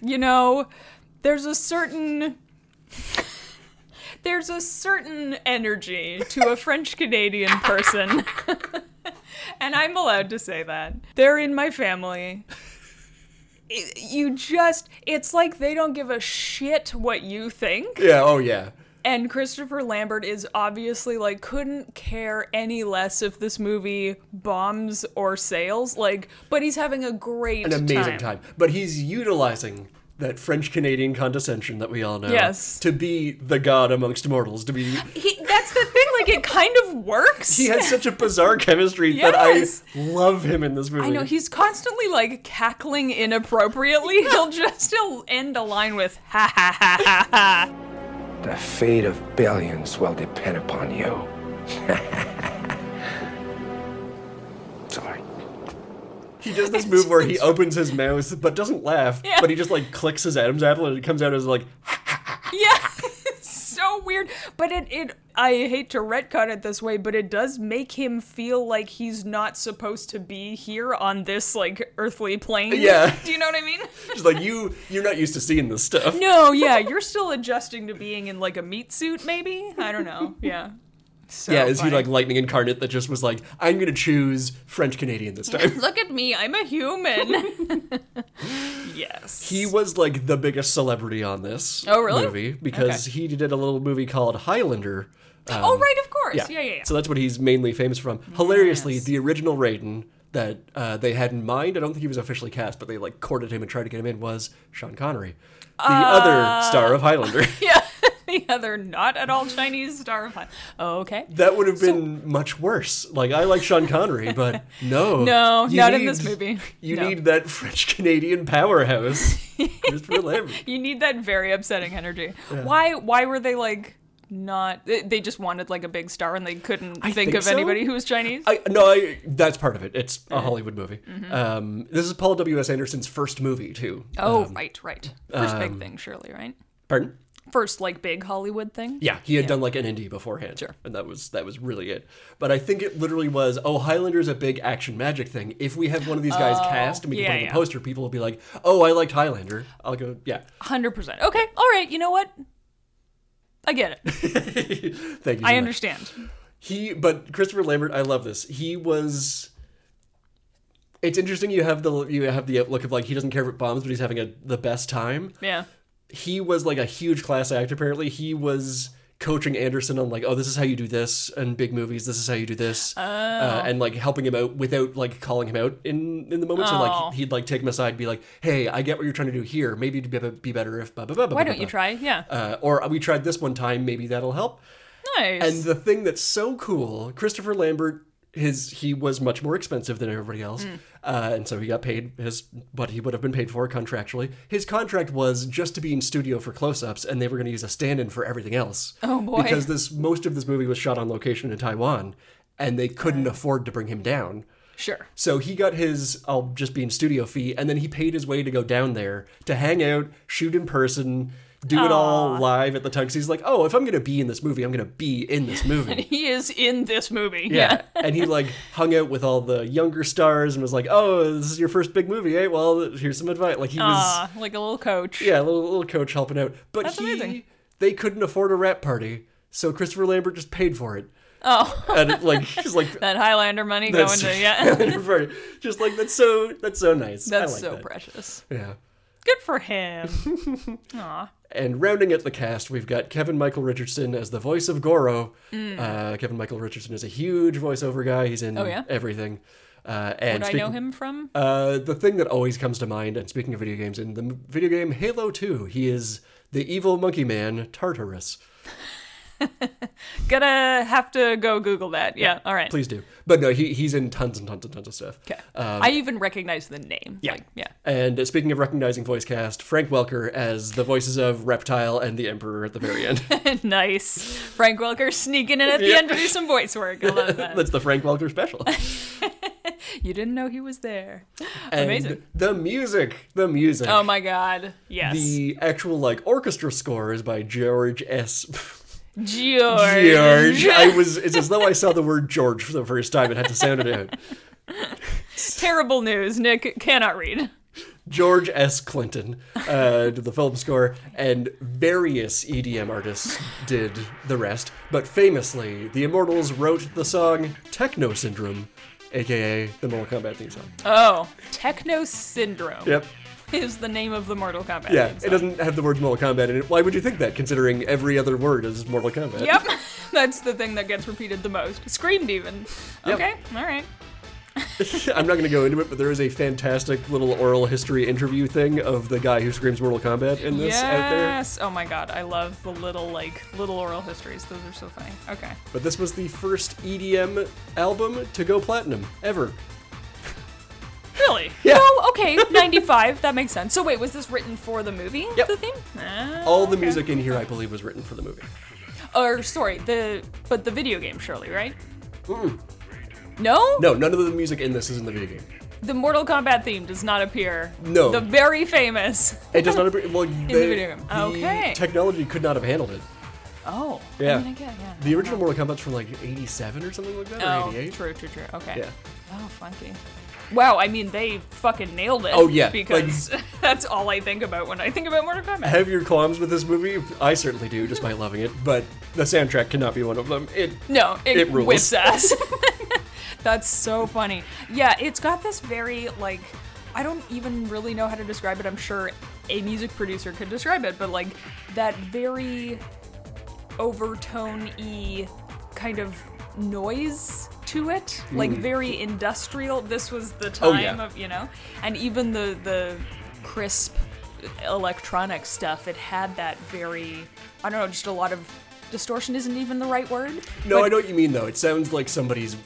Speaker 1: You know, there's a certain. There's a certain energy to a French Canadian person. and I'm allowed to say that. They're in my family. I- You just, it's like they don't give a shit what you think.
Speaker 2: Yeah, oh yeah.
Speaker 1: And Christopher Lambert is obviously like couldn't care any less if this movie bombs or sales. Like, but he's having a great
Speaker 2: An amazing time. But he's utilizing that French Canadian condescension that we all know
Speaker 1: Yes.
Speaker 2: to be the god amongst mortals, to be
Speaker 1: He, that's the thing. Like, it kind of works.
Speaker 2: he has such a bizarre chemistry
Speaker 1: Yes.
Speaker 2: that I love him in this movie.
Speaker 1: I know he's constantly like cackling inappropriately. He'll just he'll end a line with ha ha ha ha ha.
Speaker 3: The fate of billions will depend upon you. Sorry.
Speaker 2: He does this move where he opens his mouth but doesn't laugh, but he just like clicks his Adam's apple and it comes out as like
Speaker 1: Yeah, it's so weird. But it it I hate to retcon it this way, but it does make him feel like he's not supposed to be here on this like earthly plane.
Speaker 2: Yeah.
Speaker 1: Do you know what I mean?
Speaker 2: just like you you're not used to seeing this stuff.
Speaker 1: No, yeah, you're still adjusting to being in like a meat suit, maybe. I don't know. Yeah. So
Speaker 2: Yeah, is
Speaker 1: funny.
Speaker 2: he like lightning incarnate that just was like, I'm gonna choose French Canadian this time?
Speaker 1: Look at me, I'm a human. yes.
Speaker 2: he was like the biggest celebrity on this
Speaker 1: Oh, really?
Speaker 2: movie because he did a little movie called Highlander. Um,
Speaker 1: oh, right, of course. Yeah, yeah, yeah.
Speaker 2: So that's what he's mainly famous from. Hilariously, the original Raiden that uh, they had in mind, I don't think he was officially cast, but they like
Speaker 1: Uh,
Speaker 2: courted him and tried to get him in, was Sean Connery, the other star of Highlander.
Speaker 1: yeah. the other not at all Chinese star of Oh, Okay.
Speaker 2: That would have been much worse. Like I like Sean Connery, but no,
Speaker 1: No,
Speaker 2: You
Speaker 1: not in this movie.
Speaker 2: You
Speaker 1: No.
Speaker 2: need that French Canadian powerhouse, Christopher Lambert.
Speaker 1: You need that very upsetting energy. Why why were they like not they they just wanted like a big star and they couldn't think,
Speaker 2: think
Speaker 1: of
Speaker 2: so. Uh,
Speaker 1: anybody who was Chinese?
Speaker 2: I, no, I, that's part of it. It's a Hollywood movie. Um, this is Paul W. S. Anderson's first movie, too.
Speaker 1: Mm-hmm. oh, right, right. First
Speaker 2: um,
Speaker 1: big thing surely, right?
Speaker 2: Pardon?
Speaker 1: First like big Hollywood thing?
Speaker 2: Yeah, he had done like an indie beforehand,
Speaker 1: Sure.
Speaker 2: and that was that was really it. But I think it literally was, oh, Highlander's a big action magic thing. If we have one of these guys cast and we can
Speaker 1: Oh, yeah,
Speaker 2: put up
Speaker 1: yeah.
Speaker 2: a poster, people will be like, oh, I liked Highlander. I'll go, yeah,
Speaker 1: 100%. Okay. All right, you know what? I get it.
Speaker 2: thank you.
Speaker 1: I
Speaker 2: so much.
Speaker 1: understand.
Speaker 2: He, but Christopher Lambert, I love this. He was. It's interesting you have the you have the outlook of like he doesn't care if it bombs, but he's having a the best time.
Speaker 1: Yeah.
Speaker 2: He was like a huge class act. Apparently, he was coaching Anderson on like, oh, this is how you do this, and big movies, this is how you do this,
Speaker 1: Oh.
Speaker 2: uh, and like helping him out without like calling him out in in the moment. So
Speaker 1: Oh.
Speaker 2: like he'd like take him aside, and be like, hey, I get what you're trying to do here. Maybe it'd be, be better if blah blah blah. blah,
Speaker 1: Why
Speaker 2: blah,
Speaker 1: don't you
Speaker 2: blah."
Speaker 1: try? Yeah.
Speaker 2: Uh, or we tried this one time. Maybe that'll help.
Speaker 1: nice.
Speaker 2: And the thing that's so cool, Christopher Lambert, his he was much more expensive than everybody else,
Speaker 1: Mm.
Speaker 2: uh, and so he got paid his what he would have been paid for contractually. His contract was just to be in studio for close-ups, and they were going to use a stand-in for everything else.
Speaker 1: Oh, boy.
Speaker 2: Because this most of this movie was shot on location in Taiwan, and they couldn't afford to bring him down.
Speaker 1: sure.
Speaker 2: So he got his I'll just be in studio fee, and then he paid his way to go down there to hang out, shoot in person, do it all live at the time. 'Cause he's like, oh, if I'm gonna be in this movie, I'm gonna be in this movie.
Speaker 1: He is in this movie.
Speaker 2: Yeah. and he like hung out with all the younger stars and was like, oh, this is your first big movie, eh? Well, here's some advice. Like he was,
Speaker 1: Ah, like a little coach.
Speaker 2: yeah, a little, little coach helping out. But
Speaker 1: That's
Speaker 2: he,
Speaker 1: amazing.
Speaker 2: they couldn't afford a rap party, so Christopher Lambert just paid for it.
Speaker 1: Oh.
Speaker 2: And it, like he's like.
Speaker 1: That Highlander money
Speaker 2: That's
Speaker 1: going to yeah.
Speaker 2: just like that's so that's so nice. I
Speaker 1: That's
Speaker 2: like
Speaker 1: so
Speaker 2: that.
Speaker 1: precious.
Speaker 2: Yeah.
Speaker 1: Good for him. Aw.
Speaker 2: And rounding out the cast, we've got Kevin Michael Richardson as the voice of Goro. Uh, Kevin Michael Richardson is a huge voiceover guy. He's in
Speaker 1: Mm. Oh, yeah?
Speaker 2: everything. Uh, and
Speaker 1: Did I
Speaker 2: speaking-
Speaker 1: know him from?
Speaker 2: Uh, the thing that always comes to mind, and speaking of video games, in the m- video game Halo 2, he is the evil monkey man, Tartarus.
Speaker 1: Gonna have to go Google that. Yeah. all right.
Speaker 2: Please do. But no, he, he's in tons and tons and tons of stuff. Uh,
Speaker 1: Okay. I even recognize the name.
Speaker 2: yeah.
Speaker 1: Like, yeah.
Speaker 2: And uh, speaking of recognizing voice cast, Frank Welker as the voices of Reptile and the Emperor at the very end.
Speaker 1: nice. Frank Welker sneaking in at the
Speaker 2: Yeah.
Speaker 1: end to do some voice work. I love that.
Speaker 2: That's the Frank Welker special.
Speaker 1: you didn't know he was there.
Speaker 2: And
Speaker 1: Amazing.
Speaker 2: The music, the music.
Speaker 1: Oh my god. Yes.
Speaker 2: the actual like orchestra score is by George S.
Speaker 1: George.
Speaker 2: George. I was. It's as though I saw the word George for the first time and had to sound it out.
Speaker 1: Terrible news. Nick cannot read.
Speaker 2: George S. Clinton uh, did the film score, and various EDM artists did the rest. But famously, the Immortals wrote the song "Techno Syndrome," aka the Mortal Kombat theme song.
Speaker 1: Oh. Techno Syndrome
Speaker 2: Yep.
Speaker 1: is the name of the Mortal Kombat.
Speaker 2: Yeah,
Speaker 1: theme
Speaker 2: it
Speaker 1: song.
Speaker 2: doesn't have the word Mortal Kombat in it. Why would you think that, considering every other word is Mortal Kombat?
Speaker 1: Yep. That's the thing that gets repeated the most. Screamed even. Okay. All right.
Speaker 2: I'm not going to go into it, but there is a fantastic little oral history interview thing of the guy who screams Mortal Kombat in this out there.
Speaker 1: Yes. Oh my god, I love the little like little oral histories. Those are so funny. Okay.
Speaker 2: But this was the first EDM album to go platinum ever.
Speaker 1: Really?
Speaker 2: Yeah.
Speaker 1: Oh, okay. 95. That makes sense. So wait, was this written for the movie?
Speaker 2: Yep.
Speaker 1: The theme? Ah,
Speaker 2: All the
Speaker 1: okay.
Speaker 2: music in here, I believe, was written for the movie.
Speaker 1: Or sorry, the but the video game surely, right? No?
Speaker 2: No, none of the music in this is in the video game.
Speaker 1: The Mortal Kombat theme does not appear.
Speaker 2: No.
Speaker 1: The very famous.
Speaker 2: It does not appear. Well, in
Speaker 1: the video game. Okay.
Speaker 2: Technology could not have handled it.
Speaker 1: Oh.
Speaker 2: Yeah.
Speaker 1: I mean, I get- yeah.
Speaker 2: The original Mortal Kombat's from like 87 or something like that, or
Speaker 1: Oh,
Speaker 2: 88.
Speaker 1: true, true, true. Okay.
Speaker 2: Yeah.
Speaker 1: Oh, funky. Wow, I mean, they fucking nailed it.
Speaker 2: Oh, yeah,
Speaker 1: Because that's all I think about when I think about Mortal Kombat.
Speaker 2: Have your qualms with this movie? I certainly do, just by loving it. But the soundtrack cannot be one of them. It
Speaker 1: No, it,
Speaker 2: It rules.
Speaker 1: whips ass. That's so funny. Yeah, it's got this very like I don't even really know how to describe it. I'm sure a music producer could describe it, but like that very overtone-y kind of noise to it, like very industrial. This was the time
Speaker 2: Mm. Oh, yeah.
Speaker 1: of, you know. And even the the crisp electronic stuff, it had that very, I don't know, just a lot of distortion isn't even the right word.
Speaker 2: No,
Speaker 1: but
Speaker 2: I know what you mean though. It sounds like somebody's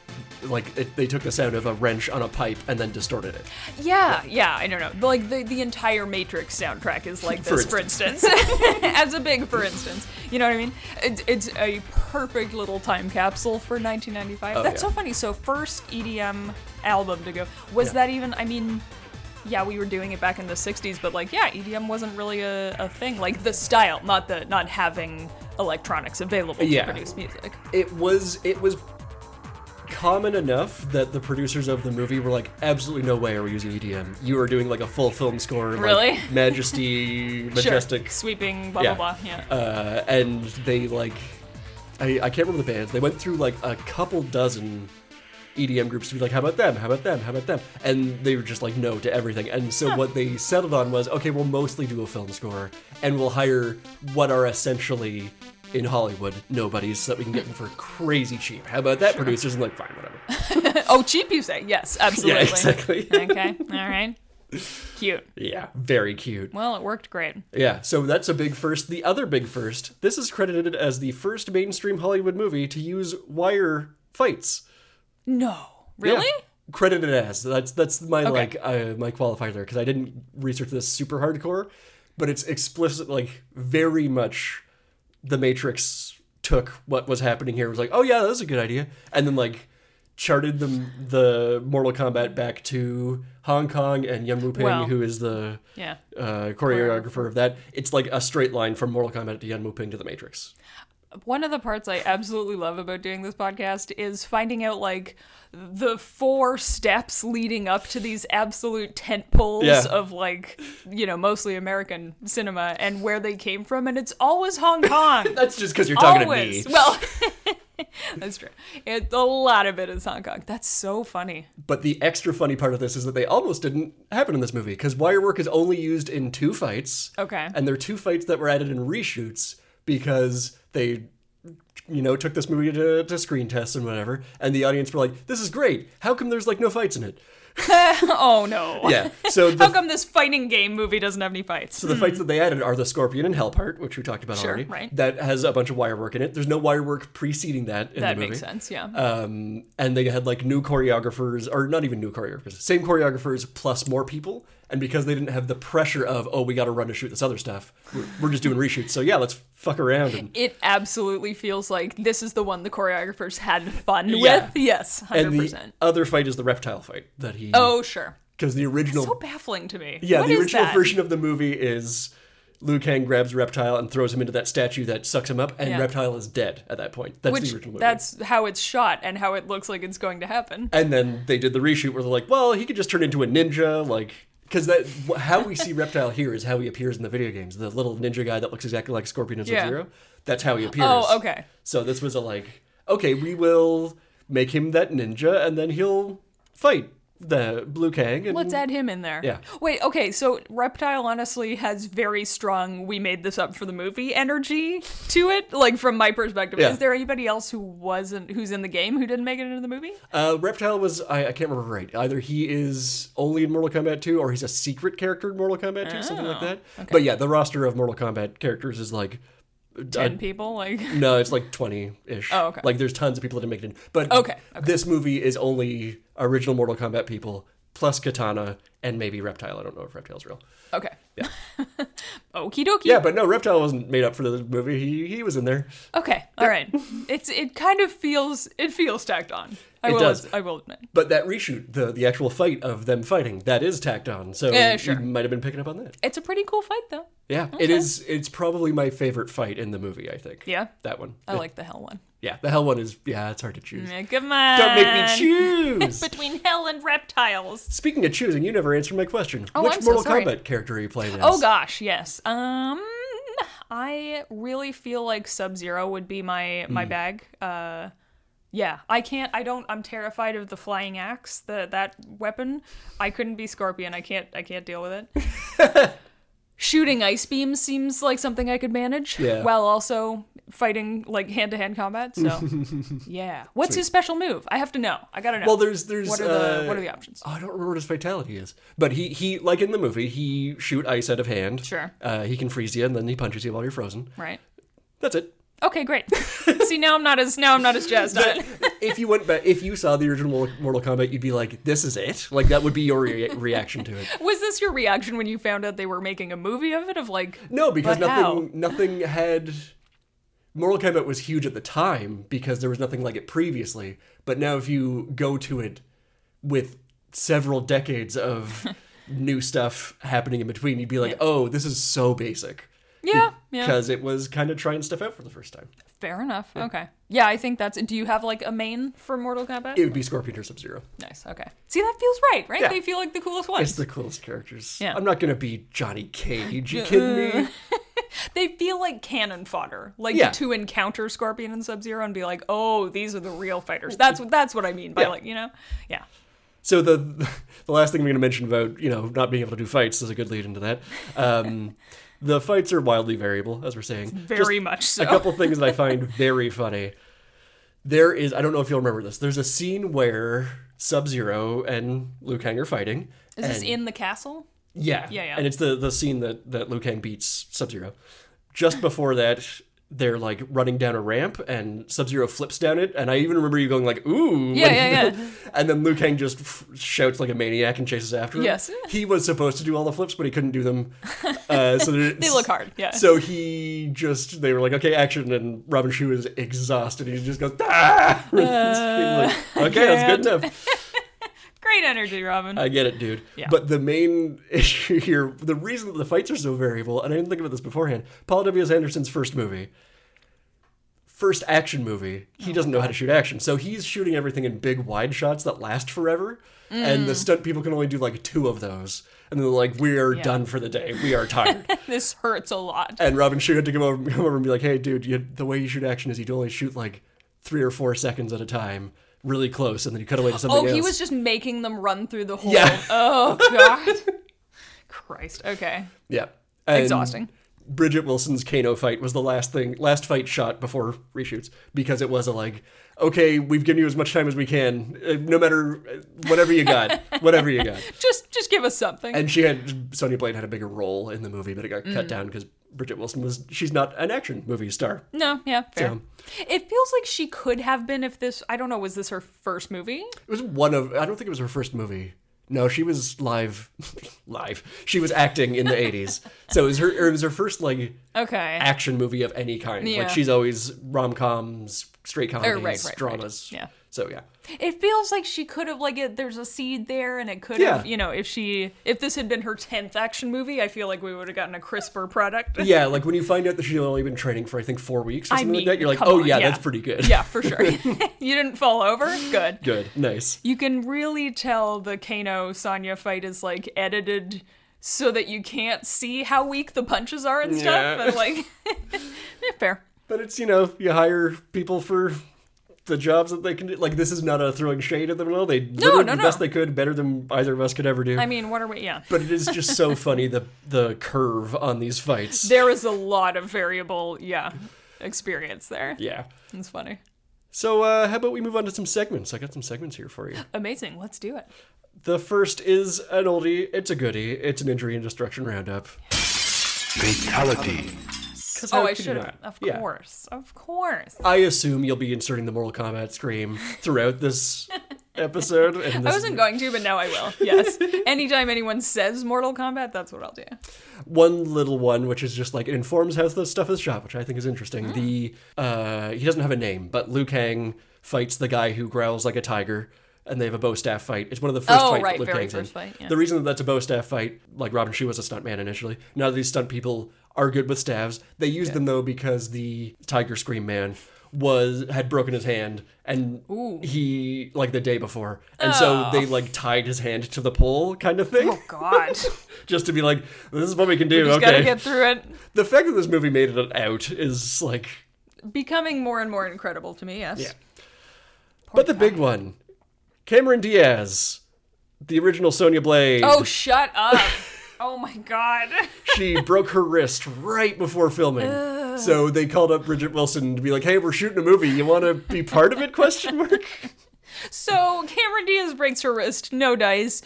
Speaker 2: like it, they took the sound of a wrench on a pipe and then distorted it.
Speaker 1: Yeah, yeah, I don't know. But, Like the, the entire Matrix soundtrack is like
Speaker 2: For
Speaker 1: this, for instance. As a big, for instance. You know what I mean? It's, it's a perfect little time capsule for 1995.
Speaker 2: Oh,
Speaker 1: That's
Speaker 2: yeah.
Speaker 1: so funny. So, first EDM album to go. Was
Speaker 2: Yeah.
Speaker 1: that even, I mean, yeah, we were doing it back in the 60s, but like, yeah, EDM wasn't really a, a thing. Like the style, not the not having electronics available
Speaker 2: Yeah.
Speaker 1: to produce music.
Speaker 2: It was it was common enough that the producers of the movie were like, absolutely no way are we using EDM. You are doing like a full film score, like,
Speaker 1: Really?
Speaker 2: Majesty,
Speaker 1: Sure.
Speaker 2: majestic,
Speaker 1: Sweeping, blah, blah, blah. Yeah.
Speaker 2: Uh, and they like, I, I can't remember the bands. They went through like a couple dozen EDM groups to be like, how about them? How about them? How about them? And they were just like, no to everything. And so what they settled on was, okay, we'll mostly do a film score, and we'll hire what are essentially in Hollywood nobodies so that we can get them for crazy cheap. How about that, producers? And like, fine, whatever.
Speaker 1: Oh, cheap, you say? Yes, absolutely.
Speaker 2: yeah, exactly.
Speaker 1: okay, all right. Cute.
Speaker 2: yeah, very cute.
Speaker 1: Well, it worked great.
Speaker 2: Yeah, so that's a big first. The other big first, this is credited as the first mainstream Hollywood movie to use wire fights.
Speaker 1: No,
Speaker 2: Yeah.
Speaker 1: really?
Speaker 2: Credited as. That's that's my like uh, my qualifier there because I didn't research this super hardcore, but it's explicit like very much the Matrix took what was happening here was like, "Oh yeah, that was a good idea." And then like charted the the Mortal Kombat back to Hong Kong and Yuen Wu Ping
Speaker 1: Well.
Speaker 2: who is the
Speaker 1: Yeah.
Speaker 2: uh, choreographer of that. It's like a straight line from Mortal Kombat to Yun Wu Ping to the Matrix.
Speaker 1: One of the parts I absolutely love about doing this podcast is finding out like the four steps leading up to these absolute tent poles
Speaker 2: Yeah.
Speaker 1: of like, you know, mostly American cinema and where they came from, and it's always Hong Kong.
Speaker 2: That's just because you're talking
Speaker 1: always.
Speaker 2: to me.
Speaker 1: Well, that's true. It, a lot of it is Hong Kong. That's so funny.
Speaker 2: But the extra funny part of this is that they almost didn't happen in this movie because wire work is only used in two fights.
Speaker 1: Okay.
Speaker 2: And they're two fights that were added in reshoots because they, you know, took this movie to, to screen tests and whatever. And the audience were like, this is great. How come there's like no fights in it?
Speaker 1: Oh no.
Speaker 2: Yeah. So the
Speaker 1: How come this fighting game movie doesn't have any fights?
Speaker 2: So the fights that they added are the Scorpion and Hellpart, which we talked about
Speaker 1: Sure,
Speaker 2: already.
Speaker 1: right.
Speaker 2: That has a bunch of wire work in it. There's no wire work preceding that in
Speaker 1: That
Speaker 2: the movie.
Speaker 1: makes sense, yeah.
Speaker 2: Um, and they had like new choreographers, or not even new choreographers, same choreographers plus more people. And because they didn't have the pressure of oh we got to run to shoot this other stuff, we're, we're just doing reshoots. So yeah, let's fuck around. And,
Speaker 1: it absolutely feels like this is the one the choreographers had fun
Speaker 2: Yeah.
Speaker 1: with. Yes, hundred
Speaker 2: and the
Speaker 1: percent.
Speaker 2: other fight is the reptile fight that he.
Speaker 1: Oh sure.
Speaker 2: because the original
Speaker 1: So baffling to me.
Speaker 2: Oh. Yeah,
Speaker 1: What
Speaker 2: the
Speaker 1: is
Speaker 2: original
Speaker 1: that?
Speaker 2: version of the movie is Liu Kang grabs Reptile and throws him into that statue that sucks him up, and
Speaker 1: Yeah.
Speaker 2: Reptile is dead at that point. That's
Speaker 1: Which
Speaker 2: the original movie.
Speaker 1: that's how it's shot and how it looks like it's going to happen.
Speaker 2: And then they did the reshoot where they're like, well, he could just turn into a ninja, like. Because that wh- how we see Reptile here is how he appears in the video games. The little ninja guy that looks exactly like Scorpion and
Speaker 1: Yeah.
Speaker 2: Sub-Zero. That's how he appears.
Speaker 1: Oh, okay.
Speaker 2: So this was a like, okay, we will make him that ninja, and then he'll fight the Blue Kang. And
Speaker 1: Let's add him in there.
Speaker 2: Yeah.
Speaker 1: Wait, okay, so Reptile honestly has very strong we made this up for the movie energy to it, like from my perspective.
Speaker 2: Yeah.
Speaker 1: Is there anybody else who wasn't who's in the game who didn't make it into the movie?
Speaker 2: Uh, Reptile was I, I can't remember right. Either he is only in Mortal Kombat 2 or he's a secret character in Mortal Kombat 2, something
Speaker 1: Oh,
Speaker 2: like that. But yeah, the roster of Mortal Kombat characters is like
Speaker 1: Ten people, like
Speaker 2: no, it's like twenty ish.
Speaker 1: Oh, okay.
Speaker 2: Like there's tons of people that didn't make it in. But
Speaker 1: Okay,
Speaker 2: this movie is only original Mortal Kombat people plus Katana and maybe Reptile. I don't know if Reptile's real.
Speaker 1: Okay. Yeah. Okie dokie.
Speaker 2: Yeah, but no, Reptile wasn't made up for the movie. He he was in there.
Speaker 1: Okay. All right. It's it kind of feels it feels tacked on. I
Speaker 2: It
Speaker 1: will
Speaker 2: does.
Speaker 1: I will admit.
Speaker 2: But that reshoot, the the actual fight of them fighting, that is tacked on. So
Speaker 1: Yeah, sure.
Speaker 2: you might have been picking up on that.
Speaker 1: It's a pretty cool fight though.
Speaker 2: Yeah, it is. It's probably my favorite fight in the movie. I think.
Speaker 1: Yeah?
Speaker 2: that one.
Speaker 1: I like the hell one.
Speaker 2: Yeah, the hell one is. Yeah, it's hard to choose.
Speaker 1: Yeah, come on.
Speaker 2: Don't make me choose.
Speaker 1: Between hell and reptiles.
Speaker 2: Speaking of choosing, you never answered my question. Which
Speaker 1: Oh, I'm so
Speaker 2: Mortal
Speaker 1: sorry.
Speaker 2: Kombat character are you playing as?
Speaker 1: Oh gosh, yes. Um I really feel like Sub Zero would be my
Speaker 2: Hmm.
Speaker 1: my bag. Uh yeah, I can't. I don't. I'm terrified of the flying axe, the that weapon. I couldn't be Scorpion. I can't. I can't deal with it. shooting ice beams seems like something I could manage
Speaker 2: Yeah.
Speaker 1: while also fighting like hand to hand combat. So, yeah. What's his special move? I have to know. I gotta know.
Speaker 2: Well, there's there's
Speaker 1: what are the
Speaker 2: uh,
Speaker 1: what are the options?
Speaker 2: Oh, I don't remember what his fatality is, but he he like in the movie he shoot ice out of hand.
Speaker 1: Sure.
Speaker 2: Uh, he can freeze you and then he punches you while you're frozen.
Speaker 1: Right.
Speaker 2: That's it.
Speaker 1: Okay, great. See, now I'm not as now I'm not as jazzed on it.
Speaker 2: if you went back, if you saw the original Mortal Kombat, you'd be like, "This is it." Like that would be your rea- reaction to it.
Speaker 1: Was this your reaction when you found out they were making a movie of it? Of like,
Speaker 2: No, because
Speaker 1: But
Speaker 2: nothing
Speaker 1: how?
Speaker 2: nothing had Mortal Kombat was huge at the time because there was nothing like it previously. But now if you go to it with several decades of new stuff happening in between, you'd be like, "Oh, this is so basic."
Speaker 1: yeah, yeah.
Speaker 2: Because it was kind of trying stuff out for the first time.
Speaker 1: Fair enough. Okay. Yeah, I think that's. Do you have like a main for Mortal Kombat?
Speaker 2: It would be Scorpion or Sub Zero.
Speaker 1: nice. Okay. See, that feels right, right?
Speaker 2: Yeah.
Speaker 1: They feel like the coolest
Speaker 2: It's
Speaker 1: ones.
Speaker 2: the coolest characters.
Speaker 1: Yeah.
Speaker 2: I'm not gonna be Johnny Cage. You kidding me?
Speaker 1: They feel like cannon fodder, like
Speaker 2: Yeah.
Speaker 1: to encounter Scorpion and Sub Zero and be like, "Oh, these are the real fighters." That's what that's what I mean by
Speaker 2: Yeah.
Speaker 1: like, you know, yeah.
Speaker 2: So the the last thing I'm going to mention about you know not being able to do fights is a good lead into that. Um, the fights are wildly variable, as we're saying.
Speaker 1: Very
Speaker 2: Just
Speaker 1: much so.
Speaker 2: A couple things that I find very funny. There is I don't know if you'll remember this. There's a scene where Sub Zero and Liu Kang are fighting.
Speaker 1: Is this
Speaker 2: and-
Speaker 1: in the castle?
Speaker 2: yeah.
Speaker 1: Yeah, yeah.
Speaker 2: And it's the, the scene that, that Liu Kang beats Sub Zero. Just before that, they're like running down a ramp and Sub Zero flips down it. And I even remember you going, like, ooh.
Speaker 1: Yeah,
Speaker 2: when-
Speaker 1: yeah, yeah.
Speaker 2: And then Liu Kang just f- shouts like a maniac and chases after him.
Speaker 1: Yes.
Speaker 2: He was supposed to do all the flips, but he couldn't do them. Uh, so
Speaker 1: They look hard. Yeah.
Speaker 2: So he just, they were like, okay, action. And Robin Shu is exhausted. He just goes, ah! He's like, okay, that's good enough.
Speaker 1: Great energy, Robin.
Speaker 2: I get it, dude.
Speaker 1: Yeah.
Speaker 2: But the main issue here, the reason that the fights are so variable, and I didn't think about this beforehand, Paul W.S. Anderson's first movie, first action movie,
Speaker 1: Oh
Speaker 2: he doesn't know how to shoot action. So he's shooting everything in big wide shots that last forever. And the
Speaker 1: Mm.
Speaker 2: stunt people can only do like two of those. And they're like, we are done for the day. We are tired.
Speaker 1: this hurts a lot.
Speaker 2: and Robin Shue had to come over, come over and be like, hey, dude, you, the way you shoot action is you only shoot like three or four seconds at a time, really close, and then you cut away to something
Speaker 1: Oh,
Speaker 2: else.
Speaker 1: he was just making them run through the hole.
Speaker 2: Yeah.
Speaker 1: Oh God. Christ. Okay.
Speaker 2: Yeah. And
Speaker 1: Exhausting.
Speaker 2: Bridget Wilson's Kano fight was the last thing, last fight shot before reshoots because it was a like, okay, we've given you as much time as we can, uh, no matter uh, whatever you got, whatever you got.
Speaker 1: Just just give us something.
Speaker 2: And she had Sonya Blade had a bigger role in the movie, but it got cut down because Bridget Wilson was she's not an action movie star.
Speaker 1: no, yeah, fair.
Speaker 2: So-
Speaker 1: It feels like she could have been if this I don't know, was this her first movie?
Speaker 2: It was one of I don't think it was her first movie. No, she was live, live. She was acting in the '80s, so it was her. It was her first like
Speaker 1: Okay.
Speaker 2: action movie of any kind.
Speaker 1: Yeah.
Speaker 2: Like she's always rom coms, straight comedies,
Speaker 1: right, right.
Speaker 2: dramas.
Speaker 1: Yeah.
Speaker 2: So yeah,
Speaker 1: It feels like she could have like it, there's a seed there and it could
Speaker 2: Yeah.
Speaker 1: have, you know, if she if this had been her 10th action movie, I feel like we would have gotten a crisper product.
Speaker 2: yeah. Like when you find out that she's only been training for I think four weeks or
Speaker 1: I
Speaker 2: something
Speaker 1: mean,
Speaker 2: like that, you're like,
Speaker 1: come
Speaker 2: oh
Speaker 1: on,
Speaker 2: yeah,
Speaker 1: yeah.
Speaker 2: that's pretty good.
Speaker 1: yeah, for sure. you didn't fall over. Good.
Speaker 2: Good. Nice.
Speaker 1: you can really tell the Kano Sonya fight is like edited so that you can't see how weak the punches are and stuff.
Speaker 2: Yeah.
Speaker 1: And like, yeah, fair.
Speaker 2: But it's you know you hire people for the jobs that they can do. Like this is not a throwing shade at them at all. They no,
Speaker 1: no,
Speaker 2: the
Speaker 1: no.
Speaker 2: best they could, better than either of us could ever do.
Speaker 1: I mean, what are we? Yeah,
Speaker 2: but it is just so funny the the curve on these fights.
Speaker 1: there is a lot of variable. Yeah, experience there.
Speaker 2: yeah.
Speaker 1: It's funny.
Speaker 2: So uh, how about we move on to some segments? I got some segments here for you.
Speaker 1: Amazing. Let's do it.
Speaker 2: The first is an oldie, it's a goodie, it's an injury and destruction roundup.
Speaker 4: Fatality.
Speaker 2: how
Speaker 1: Oh, I
Speaker 2: could you
Speaker 1: should have.
Speaker 2: not?
Speaker 1: Of
Speaker 2: Yeah.
Speaker 1: course. Of course.
Speaker 2: I assume you'll be inserting the Mortal Kombat scream throughout this episode. And
Speaker 1: I
Speaker 2: this
Speaker 1: wasn't going to, but now I will. Yes. Anytime anyone says Mortal Kombat, that's what I'll do.
Speaker 2: one little one, which is just like it informs how the stuff is shot, which I think is
Speaker 1: Hmm.
Speaker 2: interesting. The uh, he doesn't have a name, but Liu Kang fights the guy who growls like a tiger. And they have a bow staff fight. It's one of the first
Speaker 1: Oh,
Speaker 2: fights
Speaker 1: right,
Speaker 2: that Liu
Speaker 1: very
Speaker 2: Kang's in.
Speaker 1: first fight, yeah.
Speaker 2: The reason that that's a bow staff fight, like Robin Shue was a stuntman initially. Now these stunt people are good with staves. They used them though because the Tiger Scream Man was had broken his hand and he like the day before, and so they like tied his hand to the pole kind of thing,
Speaker 1: God. Just
Speaker 2: just to be like, this is what we can do. okay,
Speaker 1: gotta get through it.
Speaker 2: the fact that this movie made it out is like
Speaker 1: Becoming more and more incredible to me. Yes.
Speaker 2: Yeah. but the big one cameron diaz the original sonia blade
Speaker 1: Oh, shut up. Oh my god.
Speaker 2: she broke her wrist right before filming. So they called up Bridget Wilson to be like, "Hey, we're shooting a movie. You want to be part of it?" Question mark.
Speaker 1: so Cameron Diaz breaks her wrist, no dice.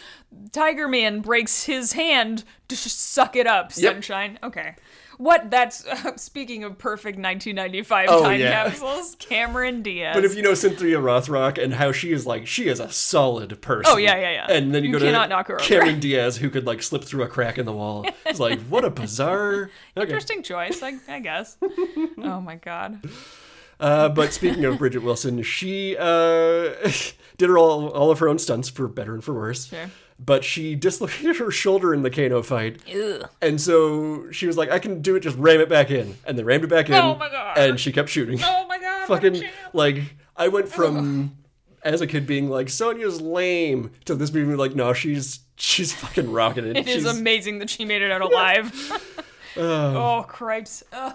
Speaker 1: Tiger Man breaks his hand. Just suck it up,
Speaker 2: Yep.
Speaker 1: sunshine. Okay. What that's speaking of perfect 1995
Speaker 2: Oh,
Speaker 1: time
Speaker 2: yeah.
Speaker 1: capsules, Cameron Diaz.
Speaker 2: But if you know Cynthia Rothrock and how she is like, she is a solid person.
Speaker 1: Oh, yeah, yeah, yeah.
Speaker 2: And then you,
Speaker 1: You
Speaker 2: go to
Speaker 1: cannot knock her over.
Speaker 2: Cameron Diaz, who could like slip through a crack in the wall. It's like, what a bizarre. Okay.
Speaker 1: Interesting choice, I, I guess. oh my god.
Speaker 2: Uh, but speaking of Bridget Wilson, she uh, did her all, all of her own stunts for better and for worse.
Speaker 1: Sure.
Speaker 2: But she dislocated her shoulder in the Kano fight. And so she was like, I can do it, just ram it back in. And they rammed it back in.
Speaker 1: Oh my God.
Speaker 2: And she kept shooting.
Speaker 1: Oh my god. what a
Speaker 2: Fucking,
Speaker 1: champ.
Speaker 2: like, I went from, as a kid, being like, Sonya's lame, to this movie, like, no, she's she's fucking rocking it.
Speaker 1: It is
Speaker 2: she's,
Speaker 1: amazing that she made it out alive. oh, cripes. Ugh.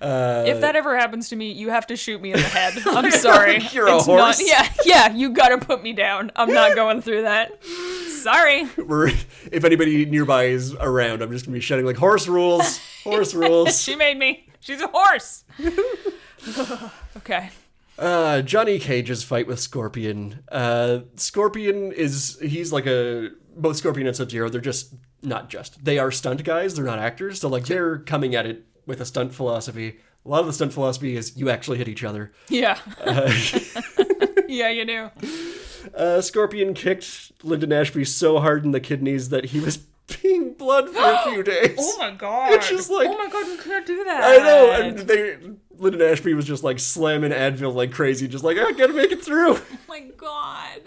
Speaker 2: Uh,
Speaker 1: if that ever happens to me, you have to shoot me in the head. I'm sorry.
Speaker 2: You're a
Speaker 1: It's
Speaker 2: horse.
Speaker 1: Not, yeah, yeah, you gotta put me down. I'm not going through that. Sorry.
Speaker 2: we're, if anybody nearby is around, I'm just going to be shouting, like, horse rules, horse rules.
Speaker 1: She made me. She's a horse. okay.
Speaker 2: Uh, Johnny Cage's fight with Scorpion. Uh, Scorpion is he's like a both Scorpion and Sub Zero. They're just not just they are stunt guys. They're not actors. So like they're coming at it with a stunt philosophy. A lot of the stunt philosophy is you actually hit each other.
Speaker 1: Yeah. yeah, you do.
Speaker 2: Uh, Scorpion kicked Lyndon Ashby so hard in the kidneys that he was peeing blood for a few days.
Speaker 1: Oh my god.
Speaker 2: Which is like-
Speaker 1: Oh my god, you can't do that.
Speaker 2: I know. And they Lyndon Ashby was just like slamming Advil like crazy, just like I gotta make it through.
Speaker 1: my god.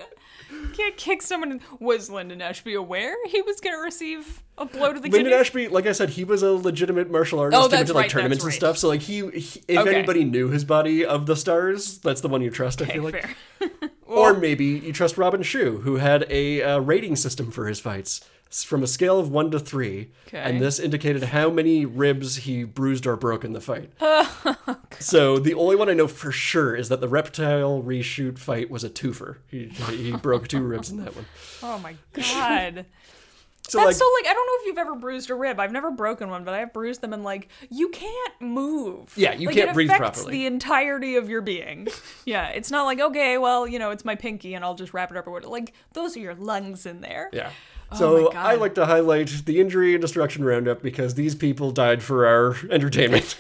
Speaker 1: You can't kick someone. in- Was Lyndon Ashby aware he was going to receive a blow to the
Speaker 2: Lyndon
Speaker 1: kidney?
Speaker 2: Ashby, like I said, he was a legitimate martial artist. he went
Speaker 1: Oh, that's
Speaker 2: to like
Speaker 1: right,
Speaker 2: tournaments
Speaker 1: that's
Speaker 2: and
Speaker 1: right.
Speaker 2: stuff. So like he, he- if
Speaker 1: Okay.
Speaker 2: anybody knew his body of the stars, that's the one you trust. I feel like,
Speaker 1: fair.
Speaker 2: or maybe you trust Robin Shu, who had a uh, rating system for his fights It's from a scale of one to three,
Speaker 1: Okay.
Speaker 2: and this indicated how many ribs he bruised or broke in the fight.
Speaker 1: Oh,
Speaker 2: so the only one I know for sure is that the reptile reshoot fight was a twofer. He, he broke two ribs in that one.
Speaker 1: Oh my god.
Speaker 2: So
Speaker 1: That's
Speaker 2: like.
Speaker 1: so like I don't know if you've ever bruised a rib. I've never broken one, but I have bruised them, and like you can't move.
Speaker 2: Yeah, you
Speaker 1: Like,
Speaker 2: can't
Speaker 1: it
Speaker 2: breathe
Speaker 1: affects
Speaker 2: properly.
Speaker 1: The entirety of your being. yeah, it's not like okay, well, you know, it's my pinky, and I'll just wrap it up or whatever. Like those are your lungs in there.
Speaker 2: Yeah.
Speaker 1: Oh my
Speaker 2: So
Speaker 1: God.
Speaker 2: I like to highlight the injury and destruction roundup because these people died for our entertainment.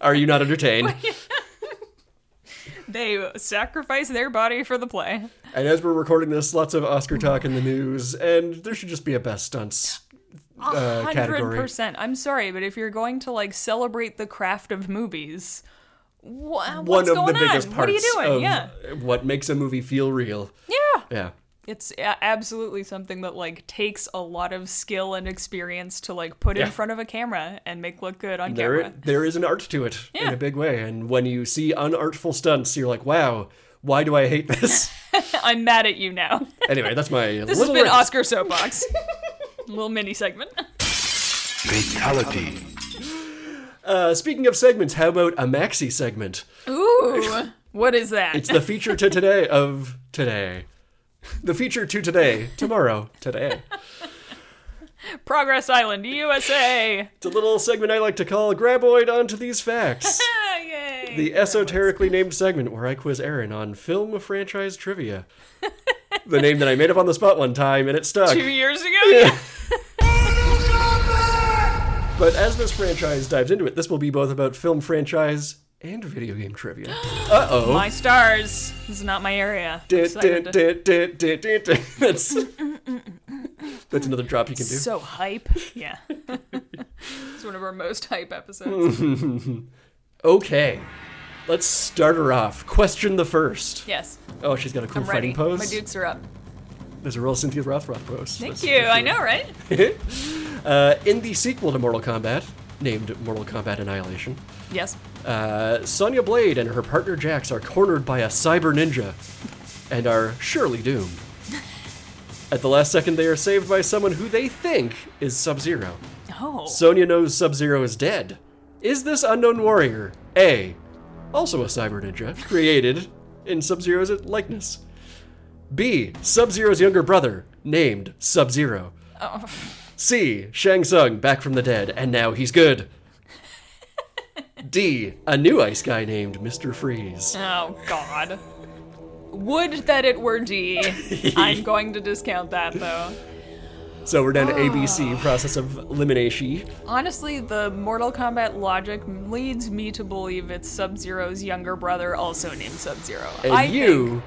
Speaker 2: Are you not entertained?
Speaker 1: They sacrifice their body for the play.
Speaker 2: and as we're recording this, lots of Oscar talk in the news, and there should just be a best stunts uh, category.
Speaker 1: percent. I'm sorry, but if you're going to like celebrate the craft of movies, wha- what's
Speaker 2: One of
Speaker 1: going
Speaker 2: the biggest
Speaker 1: on?
Speaker 2: parts
Speaker 1: what are you doing?
Speaker 2: of
Speaker 1: yeah,
Speaker 2: what makes a movie feel real.
Speaker 1: yeah.
Speaker 2: Yeah.
Speaker 1: it's a- absolutely something that like takes a lot of skill and experience to like put
Speaker 2: Yeah.
Speaker 1: in front of a camera and make look good on
Speaker 2: There,
Speaker 1: camera.
Speaker 2: there is an art to it
Speaker 1: Yeah.
Speaker 2: in a big way. And when you see unartful stunts, you're like, wow, why do I hate this?
Speaker 1: I'm mad at you now.
Speaker 2: anyway, that's my
Speaker 1: this has
Speaker 2: little
Speaker 1: been
Speaker 2: rant.
Speaker 1: Oscar soapbox. Little mini segment.
Speaker 4: Fatality.
Speaker 2: Uh, speaking of segments, how about a maxi segment?
Speaker 1: Ooh, what is that?
Speaker 2: It's the feature to today of today. The feature to today, tomorrow, today.
Speaker 1: Progress Island, USA.
Speaker 2: It's a little segment I like to call Graboid Onto These Facts.
Speaker 1: Ah, yay.
Speaker 2: The esoterically named segment where I quiz Aaron on film franchise trivia. The name that I made up on the spot one time and it stuck.
Speaker 1: Two years ago.
Speaker 2: But as this franchise dives into it, this will be both about film franchise and video game trivia. Uh oh.
Speaker 1: My stars. This is not my area. Excited to-
Speaker 2: That's that's another drop you can do.
Speaker 1: So hype. Yeah. it's one of our most hype
Speaker 2: Mm.
Speaker 1: episodes.
Speaker 2: Okay. Let's start her off. Question the first.
Speaker 1: yes.
Speaker 2: Oh, she's got a cool
Speaker 1: I'm
Speaker 2: fighting
Speaker 1: ready.
Speaker 2: pose.
Speaker 1: My dukes are up.
Speaker 2: There's a real Cynthia Rothrock pose.
Speaker 1: Thank
Speaker 2: That's-
Speaker 1: you.
Speaker 2: that's
Speaker 1: I know, right?
Speaker 2: really- uh, in the sequel to Mortal Kombat, named Mortal Kombat Annihilation,
Speaker 1: Yes.
Speaker 2: uh, Sonya Blade and her partner Jax are cornered by a cyber ninja and are surely doomed. At the last second, they are saved by someone who they think is Sub Zero.
Speaker 1: Oh.
Speaker 2: Sonya knows Sub Zero is dead. Is this unknown warrior A, also a cyber ninja, created in Sub Zero's likeness?
Speaker 1: Oh.
Speaker 2: B, Sub Zero's younger brother, named Sub Zero. C. Shang Tsung back from the dead, and now he's good. D. A new ice guy named Mr. Freeze.
Speaker 1: Oh God. Would that it were D. I'm going to discount that though.
Speaker 2: So we're down to
Speaker 1: Ah.
Speaker 2: ABC process of elimination.
Speaker 1: Honestly, the Mortal Kombat logic leads me to believe it's Sub Zero's younger brother, also named Sub Zero.
Speaker 2: And you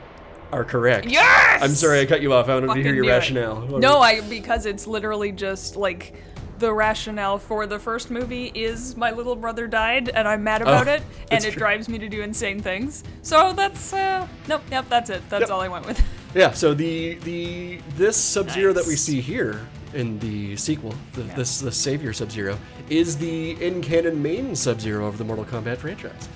Speaker 2: are correct.
Speaker 1: Yes!
Speaker 2: I'm sorry I cut you off. I wanted to hear
Speaker 1: fucking
Speaker 2: your
Speaker 1: knew it.
Speaker 2: rationale. What
Speaker 1: No, I
Speaker 2: was-
Speaker 1: because it's literally just like the rationale for the first movie is my little brother died and I'm mad about
Speaker 2: Oh,
Speaker 1: it and
Speaker 2: that's
Speaker 1: it
Speaker 2: true.
Speaker 1: drives me to do insane things. So that's uh nope, nope, that's it. That's
Speaker 2: Yep.
Speaker 1: all I went with.
Speaker 2: Yeah, so the the this Sub Zero that we
Speaker 1: Nice.
Speaker 2: see here in the sequel, the, this the Savior Sub Zero, is the in canon main Sub Zero of the Mortal Kombat franchise.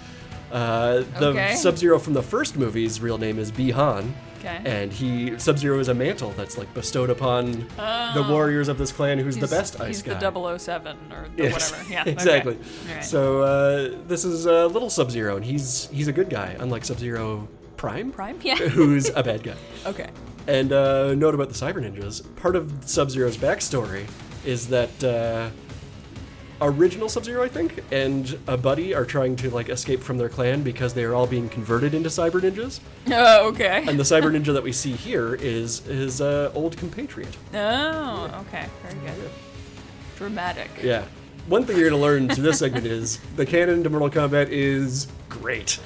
Speaker 2: Uh, the
Speaker 1: Okay.
Speaker 2: Sub Zero from the first movie's real name is Bihan,
Speaker 1: Okay.
Speaker 2: and he Sub Zero is a mantle that's like bestowed upon the warriors of this clan, who's the
Speaker 1: Oh. He's-
Speaker 2: best ice
Speaker 1: he's
Speaker 2: guy.
Speaker 1: the 007 or the
Speaker 2: Yes,
Speaker 1: whatever. Yeah, okay.
Speaker 2: exactly.
Speaker 1: All right.
Speaker 2: So uh, this is uh, little Sub Zero, and he's he's a good guy, unlike Sub Zero Prime,
Speaker 1: Prime? Yeah.
Speaker 2: who's a bad guy.
Speaker 1: okay.
Speaker 2: And uh, note about the Cyber Ninjas: part of Sub Zero's backstory is that uh, original Sub Zero, I think, and a buddy are trying to like escape from their clan because they are all being converted into Cyber Ninjas.
Speaker 1: Oh, okay.
Speaker 2: And the Cyber Ninja that we see here is his uh, old compatriot.
Speaker 1: Oh, okay. Very good. Dramatic.
Speaker 2: Yeah. One thing you're going to learn through this segment is the canon to Mortal Kombat is great.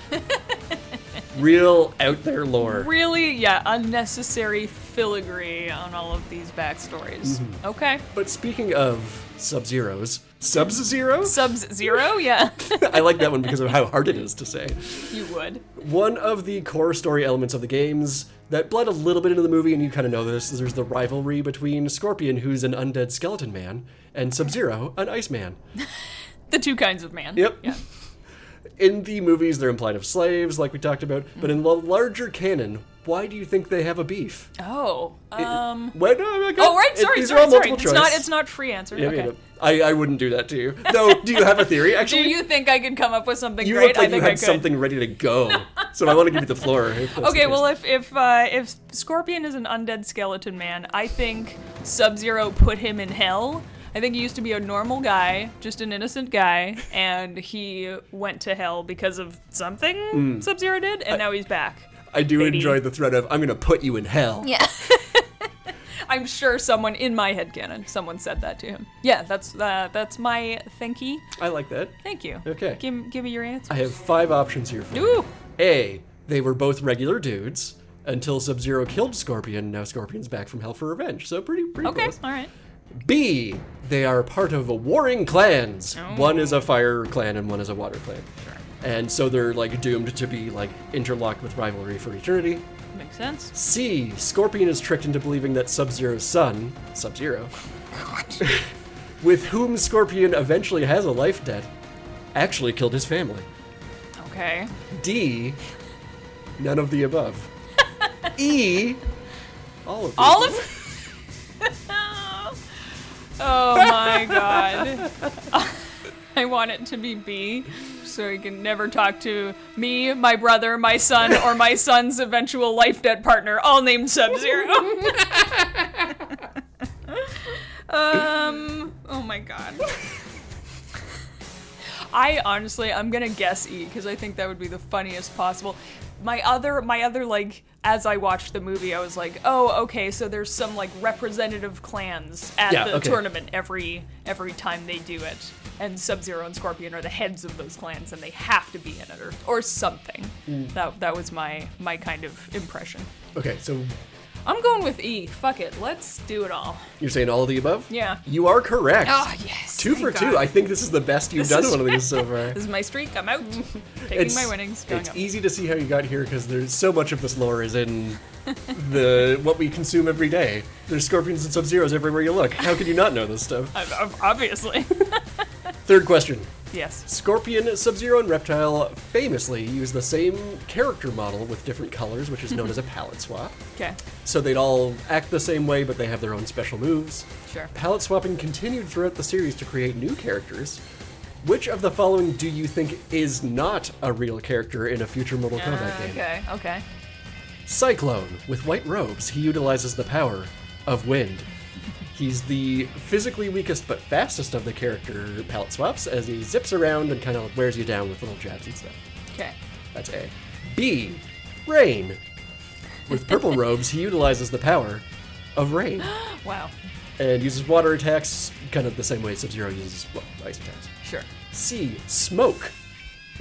Speaker 2: Real out there lore.
Speaker 1: Really, yeah, unnecessary filigree on all of these backstories.
Speaker 2: Mm-hmm.
Speaker 1: Okay.
Speaker 2: But speaking of Sub Zeros, Sub Zero?
Speaker 1: Subs zero? Yeah.
Speaker 2: I like that one because of how hard it is to say.
Speaker 1: you would.
Speaker 2: One of the core story elements of the games that bled a little bit into the movie, and you kind of know this, is there's the rivalry between Scorpion, who's an undead skeleton man, and Sub Zero, an Iceman.
Speaker 1: The two kinds of man.
Speaker 2: Yep.
Speaker 1: Yeah.
Speaker 2: In the movies, they're implied of slaves, like we talked about, but in the larger canon, why do you think they have a beef?
Speaker 1: Oh.
Speaker 2: It-
Speaker 1: Um.
Speaker 2: Wait, no, okay.
Speaker 1: oh, right.
Speaker 2: It-
Speaker 1: Sorry.
Speaker 2: these are
Speaker 1: sorry.
Speaker 2: all
Speaker 1: sorry.
Speaker 2: multiple
Speaker 1: It's not.
Speaker 2: choice.
Speaker 1: It's not free answer.
Speaker 2: Yeah,
Speaker 1: okay.
Speaker 2: yeah, I, I wouldn't do that to you. Though, do you have a theory? Actually,
Speaker 1: Do you think I could come up with something
Speaker 2: you
Speaker 1: great?
Speaker 2: look like
Speaker 1: I
Speaker 2: you
Speaker 1: think
Speaker 2: had
Speaker 1: I could.
Speaker 2: something ready to go. so I want to give you the floor. if that's the
Speaker 1: Okay,
Speaker 2: case.
Speaker 1: well, if if uh, if Scorpion is an undead skeleton man, I think Sub Zero put him in hell. I think he used to be a normal guy, just an innocent guy, and he went to hell because of something
Speaker 2: Hmm.
Speaker 1: Sub Zero did, and now he's back.
Speaker 2: I do
Speaker 1: maybe.
Speaker 2: enjoy the threat of I'm going to put you in hell.
Speaker 1: Yeah. I'm sure someone in my headcanon, someone said that to him. Yeah, that's uh, that's my thinky.
Speaker 2: I like that.
Speaker 1: Thank you.
Speaker 2: Okay.
Speaker 1: Give, give me your answer.
Speaker 2: I have five options here. For you.
Speaker 1: Ooh.
Speaker 2: A. They were both regular dudes until Sub Zero killed Scorpion. Now Scorpion's back from hell for revenge. So pretty, pretty
Speaker 1: Okay.
Speaker 2: close.
Speaker 1: All right.
Speaker 2: B. They are part of warring clans. One is a fire clan and one is a water clan. And so they're like doomed to be like interlocked with rivalry for eternity.
Speaker 1: Makes sense.
Speaker 2: C. Scorpion is tricked into believing that Sub Zero's son, Sub Zero, with whom Scorpion eventually has a life debt, actually killed his family.
Speaker 1: Okay.
Speaker 2: D. None of the above. e. All of the
Speaker 1: All
Speaker 2: above.
Speaker 1: of. oh my god. I want it to be B, so he can never talk to me, my brother, my son, or my son's eventual life debt partner, all named Sub Zero. um. Oh my god. I honestly, I'm gonna guess E because I think that would be the funniest possible. My other, my other like, as I watched the movie, I was like, oh, okay, so there's some like representative clans at
Speaker 2: Yeah,
Speaker 1: the
Speaker 2: okay.
Speaker 1: tournament every every time they do it, and Sub Zero and Scorpion are the heads of those clans, and they have to be in it or or something.
Speaker 2: Mm.
Speaker 1: That that was my my kind of impression.
Speaker 2: Okay, so
Speaker 1: I'm going with E. Fuck it, let's do it all.
Speaker 2: you're saying all of the above?
Speaker 1: Yeah.
Speaker 2: You are correct.
Speaker 1: Ah, yes.
Speaker 2: Two for
Speaker 1: thank
Speaker 2: two.
Speaker 1: God.
Speaker 2: I think this is the best you've done
Speaker 1: is-
Speaker 2: one of these so far.
Speaker 1: This is my streak. I'm out. Taking
Speaker 2: It's-
Speaker 1: my winnings. Going
Speaker 2: it's e-
Speaker 1: up.
Speaker 2: easy to see how you got here because there's so much of this lore is in the what we consume every day. There's scorpions and sub zeros everywhere you look. How could you not know this stuff?
Speaker 1: Ob- ob- Obviously.
Speaker 2: Third question:
Speaker 1: yes.
Speaker 2: Scorpion, Sub Zero, and Reptile famously use the same character model with different colors, which is known as a palette swap.
Speaker 1: Okay.
Speaker 2: So they'd all act the same way, but they have their own special moves.
Speaker 1: Sure.
Speaker 2: Palette swapping continued throughout the series to create new characters. Which of the following do you think is not a real character in a future Mortal Kombat game?
Speaker 1: Uh, Okay. Okay.
Speaker 2: Cyclone, with white robes, he utilizes the power of wind. He's the physically weakest but fastest of the character palette swaps as he zips around and kind of wears you down with little jabs and stuff.
Speaker 1: Okay.
Speaker 2: That's A. B. Rain. With purple robes, he utilizes the power of rain
Speaker 1: Wow.
Speaker 2: and uses water attacks kind of the same way Sub Zero uses well, ice attacks.
Speaker 1: Sure.
Speaker 2: C. Smoke.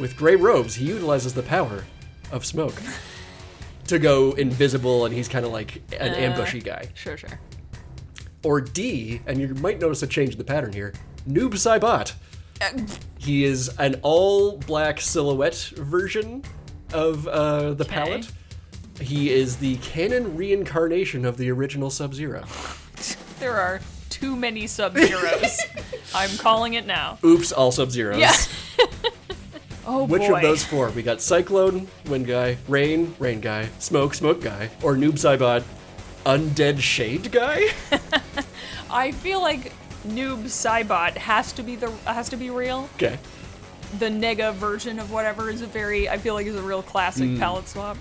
Speaker 2: With gray robes, he utilizes the power of smoke to go invisible, and he's kind of like an ambushy guy.
Speaker 1: Sure, sure.
Speaker 2: Or D, and you might notice a change in the pattern here Noob Saibot. He is an all black silhouette version of uh, the palette. He is the canon reincarnation of the original Sub Zero.
Speaker 1: There are too many sub zeros. I'm calling it now.
Speaker 2: Oops, all Sub Zeros.
Speaker 1: Yeah. Oh
Speaker 2: Which
Speaker 1: boy.
Speaker 2: of those four? We got Cyclone, Wind Guy, Rain, Rain Guy, Smoke, Smoke Guy, or Noob Saibot, Undead Shade Guy?
Speaker 1: I feel like noob Cybot has to be the has to be real.
Speaker 2: okay.
Speaker 1: The nega version of whatever is a very I feel like is a real classic palette swap.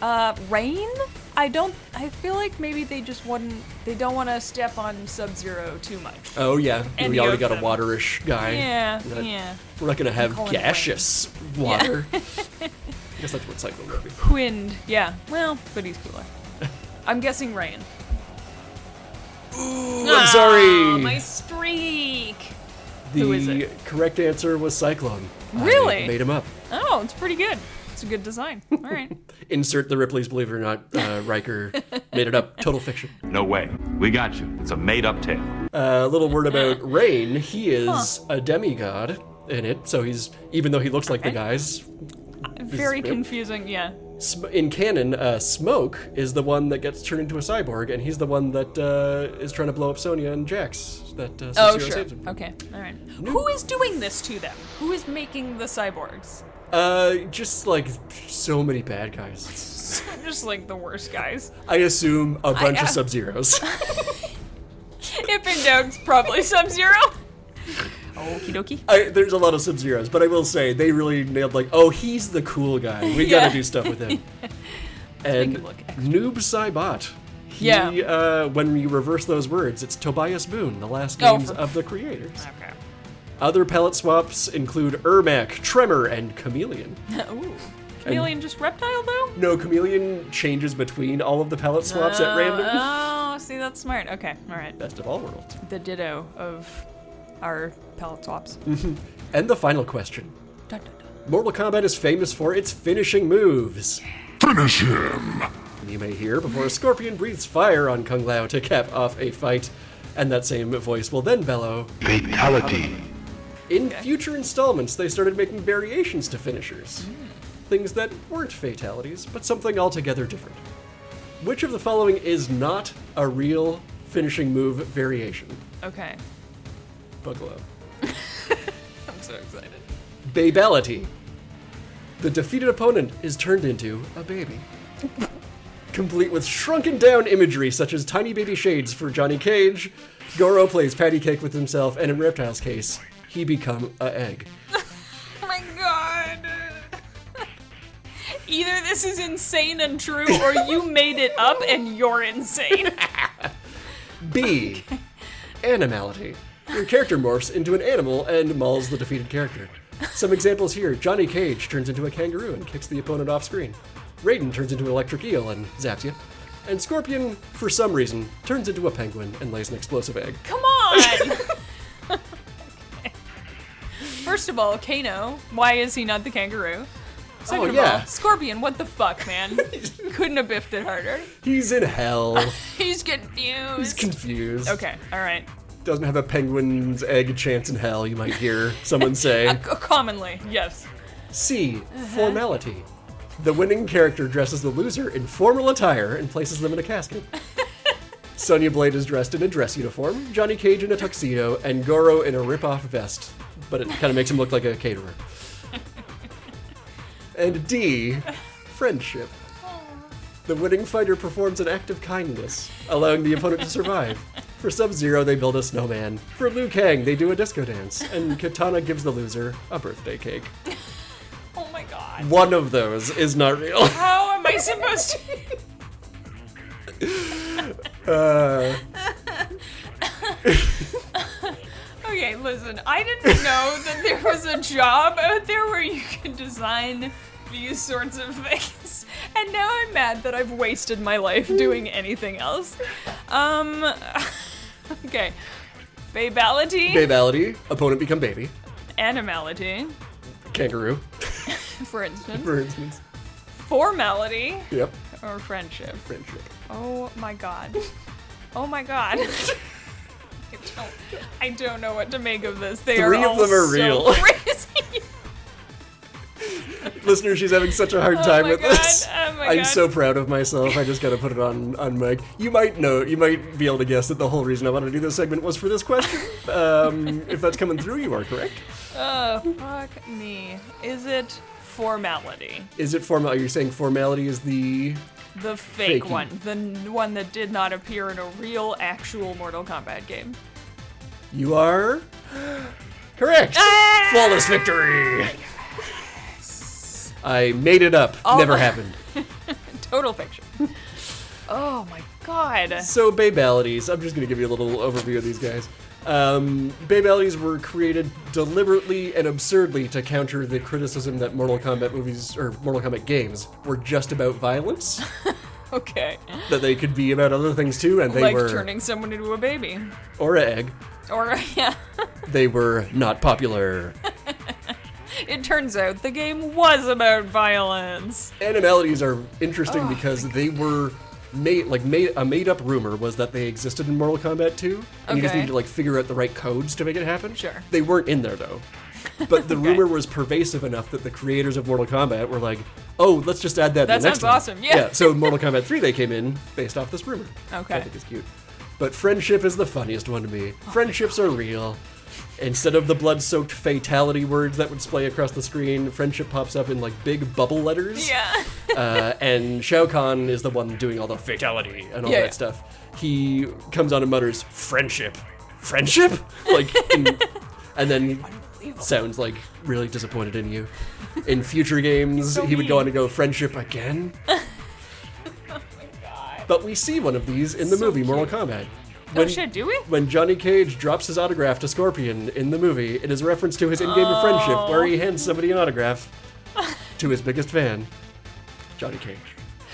Speaker 1: Uh, Rain. I don't. I feel like maybe they just wouldn't. They don't want to step on Sub Zero too much.
Speaker 2: Oh, yeah.
Speaker 1: Any
Speaker 2: we already
Speaker 1: of
Speaker 2: got a
Speaker 1: them.
Speaker 2: waterish guy.
Speaker 1: Yeah.
Speaker 2: Not-
Speaker 1: yeah.
Speaker 2: We're not going to have
Speaker 1: calling it
Speaker 2: gaseous water. I guess that's what Cyclone would be.
Speaker 1: Quind. Yeah. Well, but he's cooler. I'm guessing Rain.
Speaker 2: Ooh, I'm sorry.
Speaker 1: Oh, My streak.
Speaker 2: the
Speaker 1: who is it?
Speaker 2: correct answer was Cyclone. I
Speaker 1: Really?
Speaker 2: made him up.
Speaker 1: Oh, it's pretty good. It's a good design. All right.
Speaker 2: Insert the Ripley's Believe It or Not uh, Riker. made it up. Total fiction.
Speaker 5: No way. We got you. It's a made up tale.
Speaker 2: A little word about Rain. He is a demigod in it, so he's even though he looks like the guys
Speaker 1: Very
Speaker 2: Yep.
Speaker 1: confusing. Yeah.
Speaker 2: sm- in canon, uh, Smoke is the one that gets turned into a cyborg, and he's the one that uh, is trying to blow up Sonya and Jax. That uh,
Speaker 1: Oh,
Speaker 2: Sub-Zero
Speaker 1: sure.
Speaker 2: saves him.
Speaker 1: Okay. All right. Who is doing this to them? Who is making the cyborgs?
Speaker 2: Uh, just like so many bad guys.
Speaker 1: Just like the worst guys.
Speaker 2: I assume a bunch of
Speaker 1: uh,
Speaker 2: Sub Zeros.
Speaker 1: If in doubt, it's probably Sub Zero. Okie dokie.
Speaker 2: I, there's a lot of Sub Zeros, but I will say they really nailed like, oh, he's the cool guy. We
Speaker 1: Yeah.
Speaker 2: gotta do stuff with him. and
Speaker 1: look extra.
Speaker 2: Noob Saibot. He,
Speaker 1: Yeah.
Speaker 2: uh, when we reverse those words, it's Tobias Boone, the last
Speaker 1: Oh,
Speaker 2: games
Speaker 1: for-
Speaker 2: of the creators.
Speaker 1: Okay.
Speaker 2: Other palette swaps include Ermac, Tremor, and Chameleon.
Speaker 1: Ooh. Chameleon just reptile though?
Speaker 2: No, Chameleon changes between all of the palette swaps at random.
Speaker 1: Oh, see that's smart. Okay, all right.
Speaker 2: Best of all worlds.
Speaker 1: The ditto of our palette swaps.
Speaker 2: And the final question.
Speaker 1: Dun, dun, dun.
Speaker 2: Mortal Kombat is famous for its finishing moves.
Speaker 4: Finish him!
Speaker 2: You may hear before a scorpion breathes fire on Kung Lao to cap off a fight, and that same voice will then bellow.
Speaker 4: Fatality.
Speaker 2: In future installments, they started making variations to finishers. Things that weren't fatalities, but something altogether different. Which of the following is not a real finishing move variation?
Speaker 1: Okay.
Speaker 2: Buffalo.
Speaker 1: I'm so excited.
Speaker 2: Babality. The defeated opponent is turned into a baby. Complete with shrunken down imagery such as tiny baby shades for Johnny Cage, Goro plays patty cake with himself, and in Reptile's case, he become a egg.
Speaker 1: Oh my god. Either this is insane and true, or you made it up and you're insane.
Speaker 2: B. Animality. Your character morphs into an animal and mauls the defeated character. Some examples here Johnny Cage turns into a kangaroo and kicks the opponent off screen. Raiden turns into an electric eel and zaps you. And Scorpion, for some reason, turns into a penguin and lays an explosive egg.
Speaker 1: Come on. First of all, Kano, why is he not the kangaroo? Second
Speaker 2: Oh,
Speaker 1: of
Speaker 2: yeah.
Speaker 1: all, Scorpion, what the fuck, man? Couldn't have biffed it harder.
Speaker 2: He's in hell.
Speaker 1: He's confused.
Speaker 2: He's confused.
Speaker 1: okay, all right.
Speaker 2: Doesn't have a penguin's egg chance in hell, you might hear someone
Speaker 1: Uh,
Speaker 2: say.
Speaker 1: c- commonly, yes.
Speaker 2: C. Formality. The winning character dresses the loser in formal attire and places them in a casket. Sonya Blade is dressed in a dress uniform, Johnny Cage in a tuxedo, and Goro in a rip-off vest. But it kind of makes him look like a caterer. And D. Friendship. The winning fighter performs an act of kindness, allowing the opponent to survive. For Sub Zero, they build a snowman. For Liu Kang, they do a disco dance. And Katana gives the loser a birthday cake.
Speaker 1: Oh my god.
Speaker 2: One of those is not real.
Speaker 1: How am I Uh. supposed to? Okay, listen, I didn't know that there was a job out there where you can design these sorts of things. And now I'm mad that I've wasted my life doing anything else. Um Okay. Babality,
Speaker 2: Babality, opponent become baby.
Speaker 1: animality,
Speaker 2: Kangaroo,
Speaker 1: for instance,
Speaker 2: for instance.
Speaker 1: formality,
Speaker 2: Yep.
Speaker 1: or friendship.
Speaker 2: Friendship.
Speaker 1: Oh my god. Oh my god. I don't, I don't know what to make of this. They
Speaker 2: Three
Speaker 1: are
Speaker 2: of
Speaker 1: all
Speaker 2: them are
Speaker 1: so
Speaker 2: real.
Speaker 1: crazy.
Speaker 2: Listener, she's having such a hard time
Speaker 1: my
Speaker 2: with
Speaker 1: God,
Speaker 2: this.
Speaker 1: oh my
Speaker 2: I'm
Speaker 1: God.
Speaker 2: so proud of myself. I just got to put it on on mic. You might know, you might be able to guess that the whole reason I wanted to do this segment was for this question. Um, if that's coming through, you are correct.
Speaker 1: Oh, fuck me. Is it formality?
Speaker 2: Is it formal? Are you saying formality is the?
Speaker 1: The fake
Speaker 2: Fakey.
Speaker 1: one. The n- one that did not appear in a real, actual Mortal Kombat game.
Speaker 2: You are correct.
Speaker 1: Ah!
Speaker 2: Flawless victory. I made it up. Never happened.
Speaker 1: Total picture. oh my god.
Speaker 2: So Babalities, I'm just going to give you a little overview of these guys. Um, Babalities were created deliberately and absurdly to counter the criticism that Mortal Kombat movies or Mortal Kombat games were just about violence,
Speaker 1: Okay.
Speaker 2: that they could be about other things too, and they
Speaker 1: like
Speaker 2: were
Speaker 1: turning someone into a baby.
Speaker 2: or a egg.
Speaker 1: Or, yeah.
Speaker 2: They were not popular.
Speaker 1: It turns out the game was about violence.
Speaker 2: Animalities are
Speaker 1: Oh,
Speaker 2: interesting because they were made like made a made up rumor was that they existed in Mortal Kombat 2 and you just
Speaker 1: Okay.
Speaker 2: need to like figure out the right codes to make it happen.
Speaker 1: Sure.
Speaker 2: They weren't in there though. But the rumor was pervasive enough that the creators of Mortal Kombat were like, "Oh, let's just add that."
Speaker 1: That
Speaker 2: to the next
Speaker 1: sounds
Speaker 2: one."
Speaker 1: awesome, yeah.
Speaker 2: yeah. So in Mortal Kombat 3 they came in based off this rumor.
Speaker 1: Okay. Oh
Speaker 2: I think it's cute. But friendship is the funniest one to me. Friendships are real. Instead of the blood-soaked fatality words that would display across the screen, friendship pops up in like big bubble letters
Speaker 1: Yeah.
Speaker 2: uh, and Shao Kahn is the one doing all the fatality and all
Speaker 1: Yeah,
Speaker 2: that
Speaker 1: yeah.
Speaker 2: stuff. He comes on and mutters, "Friendship, friendship," like, in, and then sounds like really disappointed in you. In future games,
Speaker 1: so
Speaker 2: he would go
Speaker 1: mean. Oh
Speaker 2: on to go, "Friendship again." But we see one of these in the movie Mortal Kombat.
Speaker 1: Oh shit, do we?
Speaker 2: When Johnny Cage drops his autograph to Scorpion in the movie, it is reference to his in-game friendship, where he hands somebody an autograph to his biggest fan, Johnny Cage.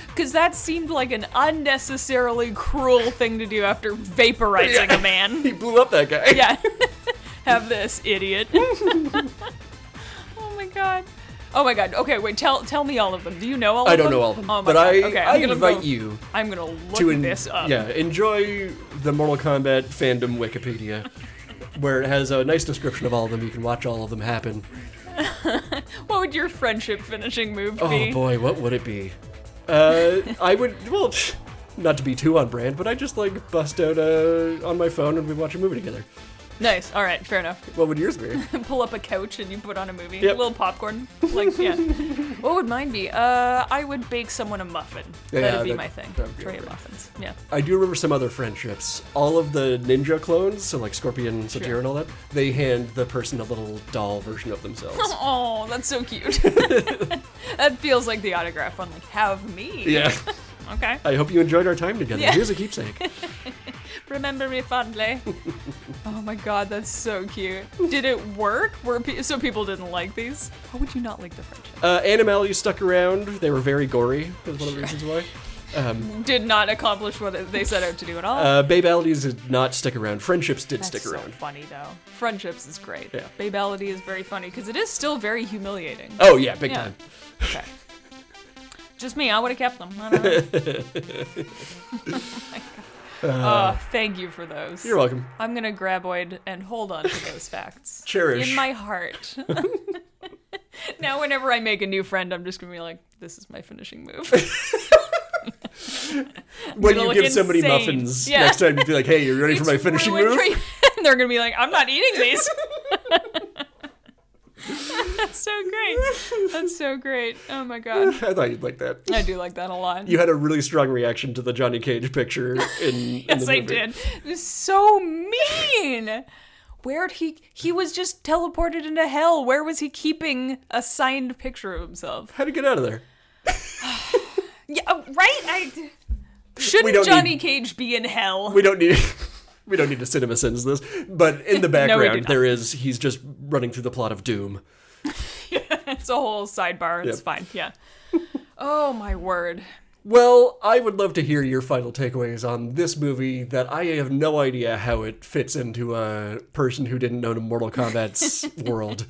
Speaker 1: Because that seemed like an unnecessarily cruel thing to do after vaporizing a man.
Speaker 2: He blew up that guy.
Speaker 1: Yeah. Have this, idiot. oh my god. Oh my god. Okay, wait. Tell tell me all of them. Do you know all
Speaker 2: I
Speaker 1: of them?
Speaker 2: don't know all of them,
Speaker 1: Oh my
Speaker 2: but
Speaker 1: god.
Speaker 2: I,
Speaker 1: okay,
Speaker 2: I
Speaker 1: I'm gonna
Speaker 2: invite
Speaker 1: go-
Speaker 2: you
Speaker 1: I'm going to look
Speaker 2: to en-
Speaker 1: this up.
Speaker 2: yeah enjoy the Mortal Kombat fandom Wikipedia, where it has a nice description of all of them. You can watch all of them happen.
Speaker 1: What would your friendship finishing move be?
Speaker 2: Oh boy, what would it be? Uh, I would well, not to be too on brand, but I just like bust out uh, on my phone and we watch a movie together.
Speaker 1: Nice. All right, fair enough.
Speaker 2: What would yours be?
Speaker 1: Pull up a couch and you put on a movie.
Speaker 2: Yep.
Speaker 1: A little popcorn. Like, yeah. what would mine be? Uh, I would bake someone a muffin.
Speaker 2: Yeah,
Speaker 1: That'd be
Speaker 2: that-
Speaker 1: my thing.
Speaker 2: that would be
Speaker 1: Tray of
Speaker 2: alright.
Speaker 1: muffins. Yeah.
Speaker 2: I do remember some other friendships. All of the ninja clones, so like Scorpion, Sub
Speaker 1: Sure.
Speaker 2: and all that, they hand the person a little doll version of themselves.
Speaker 1: Oh, that's so cute. that feels like the autograph one. Like, have me.
Speaker 2: Yeah.
Speaker 1: Okay.
Speaker 2: I hope you enjoyed our time together.
Speaker 1: Yeah.
Speaker 2: Here's a keepsake.
Speaker 1: Remember me fondly. oh my god, that's so cute. Did it work? Were pe- so people didn't like these? How would you not like the friendship?
Speaker 2: Uh, animalities stuck around. They were very gory. That's one of the reasons why.
Speaker 1: Did not accomplish what it- they set out to do at all.
Speaker 2: Uh, babalities did not stick around. Friendships did
Speaker 1: that's
Speaker 2: stick
Speaker 1: so
Speaker 2: around.
Speaker 1: funny though. Friendships is great.
Speaker 2: Yeah.
Speaker 1: Babality is very funny because it is still very humiliating.
Speaker 2: Oh yeah, big
Speaker 1: Yeah.
Speaker 2: time.
Speaker 1: Okay. Just me. I would have kept them. I don't know. oh, my God. Oh, thank you for those.
Speaker 2: Uh, You're welcome.
Speaker 1: I'm gonna graboid and hold on to those facts.
Speaker 2: Cherish.
Speaker 1: In my heart. now whenever I make a new friend, I'm just gonna be like, this is my finishing move.
Speaker 2: When you
Speaker 1: look
Speaker 2: give somebody
Speaker 1: insane.
Speaker 2: muffins
Speaker 1: Yeah.
Speaker 2: next time, you'd be like, "Hey, you ready for my
Speaker 1: It's
Speaker 2: finishing
Speaker 1: ruined
Speaker 2: move?"
Speaker 1: for you. and they're gonna be like, I'm not eating these. That's so great. That's so great. Oh my god.
Speaker 2: I thought you'd like that.
Speaker 1: I do like that a lot.
Speaker 2: You had a really strong reaction to the Johnny Cage picture in, in
Speaker 1: yes,
Speaker 2: the
Speaker 1: I
Speaker 2: movie.
Speaker 1: did. It was so mean. Where'd he he was just teleported into hell. Where was he keeping a signed picture of himself?
Speaker 2: How to get out of there?
Speaker 1: Yeah, uh, right? I... Shouldn't
Speaker 2: don't
Speaker 1: Johnny
Speaker 2: need-
Speaker 1: Cage be in hell?
Speaker 2: We don't need. We don't need to cinema sins this, but in
Speaker 1: we do
Speaker 2: the background
Speaker 1: not.
Speaker 2: there is he's just running through the plot of Doom.
Speaker 1: It's a whole sidebar. It's
Speaker 2: Yep.
Speaker 1: fine. Yeah. oh my word.
Speaker 2: Well, I would love to hear your final takeaways on this movie that I have no idea how it fits into a person who didn't know Mortal Kombat's world.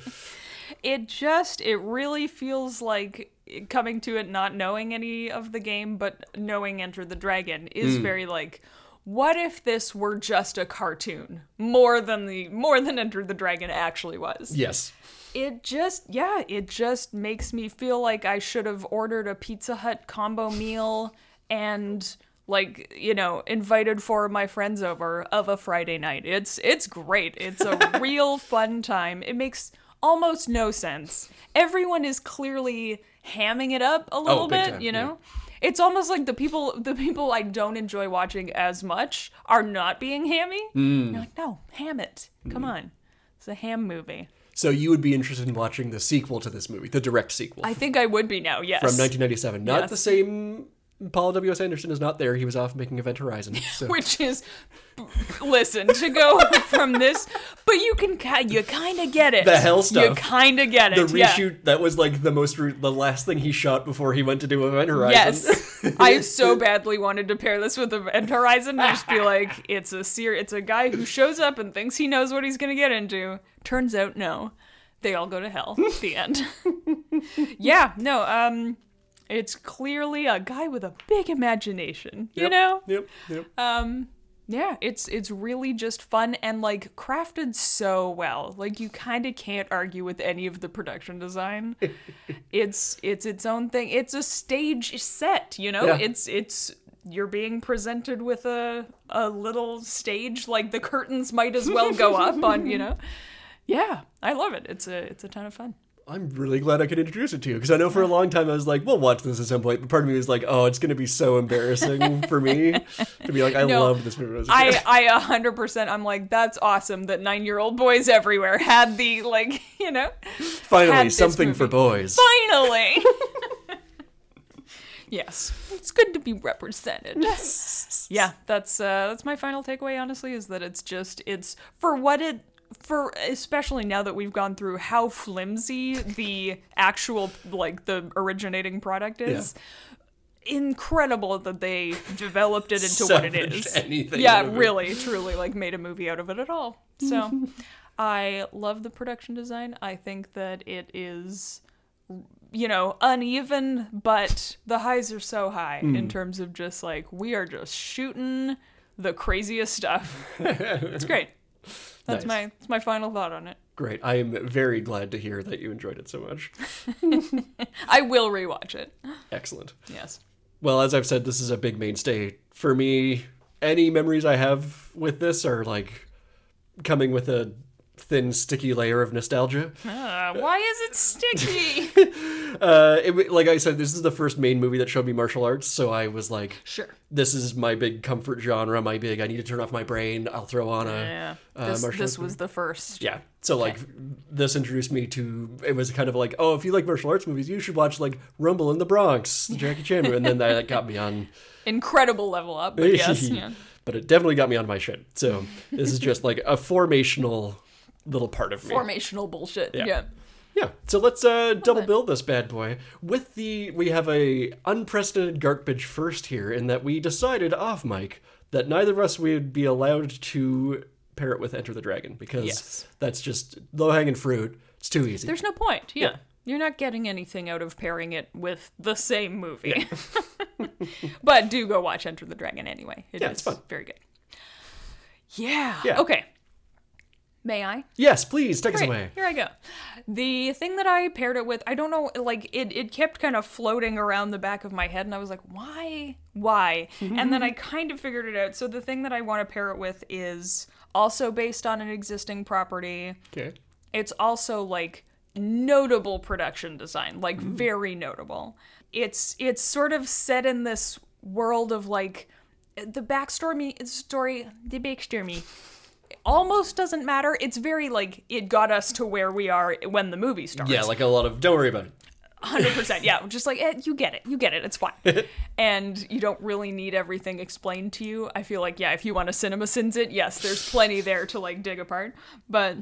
Speaker 1: It just it really feels like coming to it not knowing any of the game but knowing Enter the Dragon is very like what if this were just a cartoon more than the more than Enter the Dragon actually was.
Speaker 2: Yes.
Speaker 1: It just, yeah, it just makes me feel like I should have ordered a Pizza Hut combo meal and like you know invited four of my friends over of a friday night it's it's great it's a real fun time it makes almost no sense everyone is clearly hamming it up a little
Speaker 2: Oh, big
Speaker 1: bit
Speaker 2: time,
Speaker 1: you
Speaker 2: yeah.
Speaker 1: know it's almost like the people the people I don't enjoy watching as much are not being hammy.
Speaker 2: Mm.
Speaker 1: You're like, no, ham it. Come on. It's a ham movie.
Speaker 2: So you would be interested in watching the sequel to this movie, the direct sequel
Speaker 1: I think I would be now, yes.
Speaker 2: from 1997. Not
Speaker 1: Yes.
Speaker 2: the same. Paul W. S. Anderson is not there. He was off making Event Horizon. So.
Speaker 1: Which is listen, to go from this but you can ki- you kind of get it.
Speaker 2: The hell
Speaker 1: You
Speaker 2: stuff.
Speaker 1: kind of get
Speaker 2: the
Speaker 1: it. yeah.
Speaker 2: reshoot that was like the most re- the last thing he shot before he went to do Event Horizon.
Speaker 1: Yes, I so badly wanted to pair this with Event Horizon and just be like, it's a ser- it's a guy who shows up and thinks he knows what he's gonna get into. Turns out, no, they all go to hell. the end. yeah, no, um, it's clearly a guy with a big imagination. You
Speaker 2: Yep,
Speaker 1: know,
Speaker 2: Yep. Yep.
Speaker 1: yeah, it's it's really just fun and like crafted so well. Like you kind of can't argue with any of the production design. it's it's its own thing. It's a stage set, you know?
Speaker 2: Yeah.
Speaker 1: It's it's you're being presented with a a little stage like the curtains might as well go up on, you know. Yeah, I love it. It's a it's a ton of fun.
Speaker 2: I'm really glad I could introduce it to you because I know for a long time I was like, we'll watch this at some point. But part of me was like, oh, it's going to be so embarrassing for me to be like, I
Speaker 1: No,
Speaker 2: loved this movie. when I, was a kid.
Speaker 1: I I a hundred percent. I'm like, that's awesome that nine year old boys everywhere had the like, you know. had
Speaker 2: Finally,
Speaker 1: this
Speaker 2: something for
Speaker 1: movie.
Speaker 2: boys.
Speaker 1: Finally. yes, it's good to be represented. yeah, that's uh, that's my final takeaway. Honestly, is that it's just it's for what it for especially now that we've gone through how flimsy the actual like the originating product is. Incredible that they developed it into what it
Speaker 2: Salvaged
Speaker 1: is.
Speaker 2: anything
Speaker 1: yeah,
Speaker 2: out of it.
Speaker 1: really, truly, like made a movie out of it at all. So, I love the production design. I think that it is you know, uneven, but the highs are so high
Speaker 2: Hmm.
Speaker 1: in terms of just like we are just shooting the craziest stuff. it's great. That's
Speaker 2: Nice.
Speaker 1: my that's my final thought on it.
Speaker 2: Great. I am very glad to hear that you enjoyed it so much.
Speaker 1: I will rewatch it.
Speaker 2: Excellent.
Speaker 1: Yes.
Speaker 2: Well, as I've said, this is a big mainstay for me. Any memories I have with this are like coming with a thin, sticky layer of nostalgia.
Speaker 1: Uh, why is it sticky?
Speaker 2: Uh, it, w- like I said, this is the first main movie that showed me martial arts, so I was like,
Speaker 1: sure.
Speaker 2: this is my big comfort genre, my big, I need to turn off my brain, I'll throw on a.
Speaker 1: Yeah.
Speaker 2: Uh,
Speaker 1: this
Speaker 2: martial
Speaker 1: this
Speaker 2: arts
Speaker 1: was the first.
Speaker 2: Yeah. So like this introduced me to it was kind of like oh if you like martial arts movies you should watch like Rumble in the Bronx the Jackie Chan movie and then that like, got me on
Speaker 1: Incredible level up. But yes. yeah.
Speaker 2: but it definitely got me on my shit so this is just like a formational little part of me
Speaker 1: Formational bullshit. Yeah.
Speaker 2: yeah so let's uh double build this bad boy with the we have a unprecedented garbage first here in that we decided off mic that neither of us would be allowed to pair it with Enter the Dragon because
Speaker 1: Yes.
Speaker 2: that's just low hanging fruit it's too easy
Speaker 1: There's no point. Yeah. You're not getting anything out of pairing it with the same movie. but do go watch Enter the Dragon anyway. It
Speaker 2: Yeah, it's
Speaker 1: is
Speaker 2: fun.
Speaker 1: Very good. Yeah.
Speaker 2: Yeah.
Speaker 1: Okay. May I?
Speaker 2: Yes, please take us
Speaker 1: Great.
Speaker 2: away.
Speaker 1: Here I go. The thing that I paired it with, I don't know, like it, it kept kind of floating around the back of my head, and I was like, why? Why? and then I kind of figured it out. So the thing that I want to pair it with is also based on an existing property
Speaker 2: Okay.
Speaker 1: it's also like notable production design like very notable it's it's sort of set in this world of like the backstory story the backstory almost doesn't matter it's very like it got us to where we are when the movie starts
Speaker 2: Yeah, like a lot of don't worry about it.
Speaker 1: 100%. Yeah, just like, eh, you get it. You get it. It's fine. and you don't really need everything explained to you. I feel like, yeah, if you want to cinema sins it, yes, there's plenty there to like dig apart. But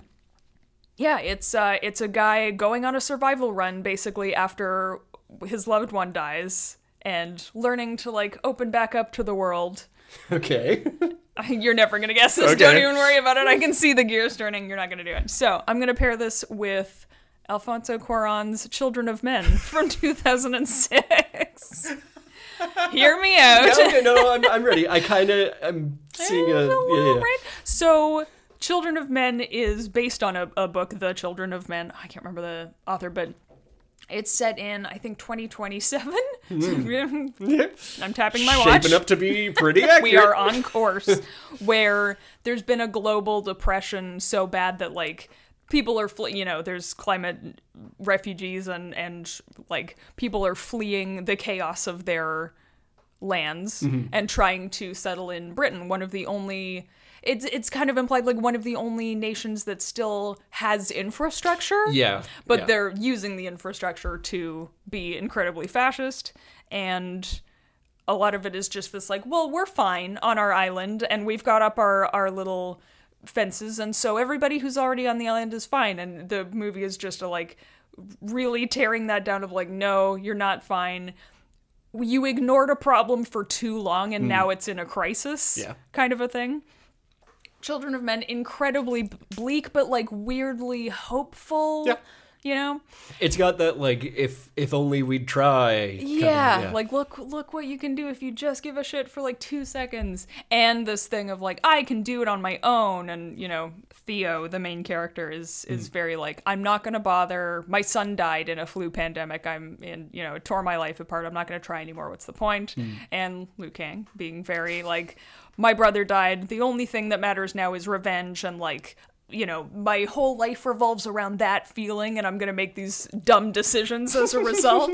Speaker 1: yeah, it's uh it's a guy going on a survival run basically after his loved one dies and learning to like open back up to the world.
Speaker 2: Okay.
Speaker 1: You're never gonna guess this.
Speaker 2: Okay.
Speaker 1: Don't even worry about it. I can see the gears turning. You're not gonna do it. So I'm gonna pair this with Alfonso Cuarón's *Children of Men* from 2006. Hear me out.
Speaker 2: Yeah, okay, no, I'm, I'm ready. I kind of I'm seeing a,
Speaker 1: Eh,
Speaker 2: yeah, yeah.
Speaker 1: right? So, *Children of Men* is based on a, a book, *The Children of Men*. I can't remember the author, but it's set in I think 2027. I'm tapping my watch.
Speaker 2: Hmm. shaping up to be pretty accurate.
Speaker 1: we are on course where there's been a global depression so bad that like people are fle- you know there's climate refugees and and like people are fleeing the chaos of their lands and trying to settle in Britain, one of the only it's it's kind of implied like one of the only nations that still has infrastructure.
Speaker 2: Yeah,
Speaker 1: But
Speaker 2: yeah.
Speaker 1: they're using the infrastructure to be incredibly fascist and a lot of it is just this like, well, we're fine on our island and we've got up our our little fences and so everybody who's already on the island is fine and the movie is just a like really tearing that down of like no, you're not fine you ignored a problem for too long and now it's in a crisis
Speaker 2: Mm. Yeah.
Speaker 1: kind of a thing children of men incredibly b- bleak but like weirdly hopeful
Speaker 2: Yeah.
Speaker 1: you know
Speaker 2: It's got that like if if only we'd try. kind of-
Speaker 1: yeah, like look look what you can do if you just give a shit for like 2 seconds and this thing of like I can do it on my own and you know Theo the main character is is very like I'm not going to bother my son died in a flu pandemic I'm in you know it tore my life apart I'm not going to try anymore what's the point and Liu Kang being very like my brother died the only thing that matters now is revenge and like you know, my whole life revolves around that feeling, and I'm going to make these dumb decisions as a result.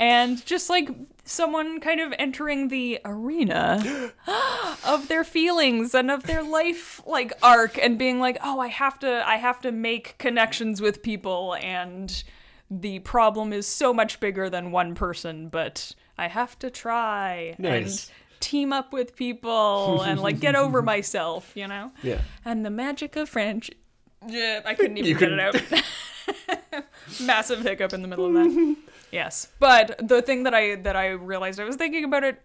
Speaker 1: and just like someone kind of entering the arena of their feelings and of their life like arc and being like, "Oh, I have to I have to make connections with people and the problem is so much bigger than one person, but I have to try
Speaker 2: Nice.
Speaker 1: and team up with people and like get over myself, you know?"
Speaker 2: Yeah.
Speaker 1: And the magic of French. Yeah, I couldn't even
Speaker 2: You
Speaker 1: get it out. Massive hiccup in the middle of that. yes, but the thing that I that I realized I was thinking about it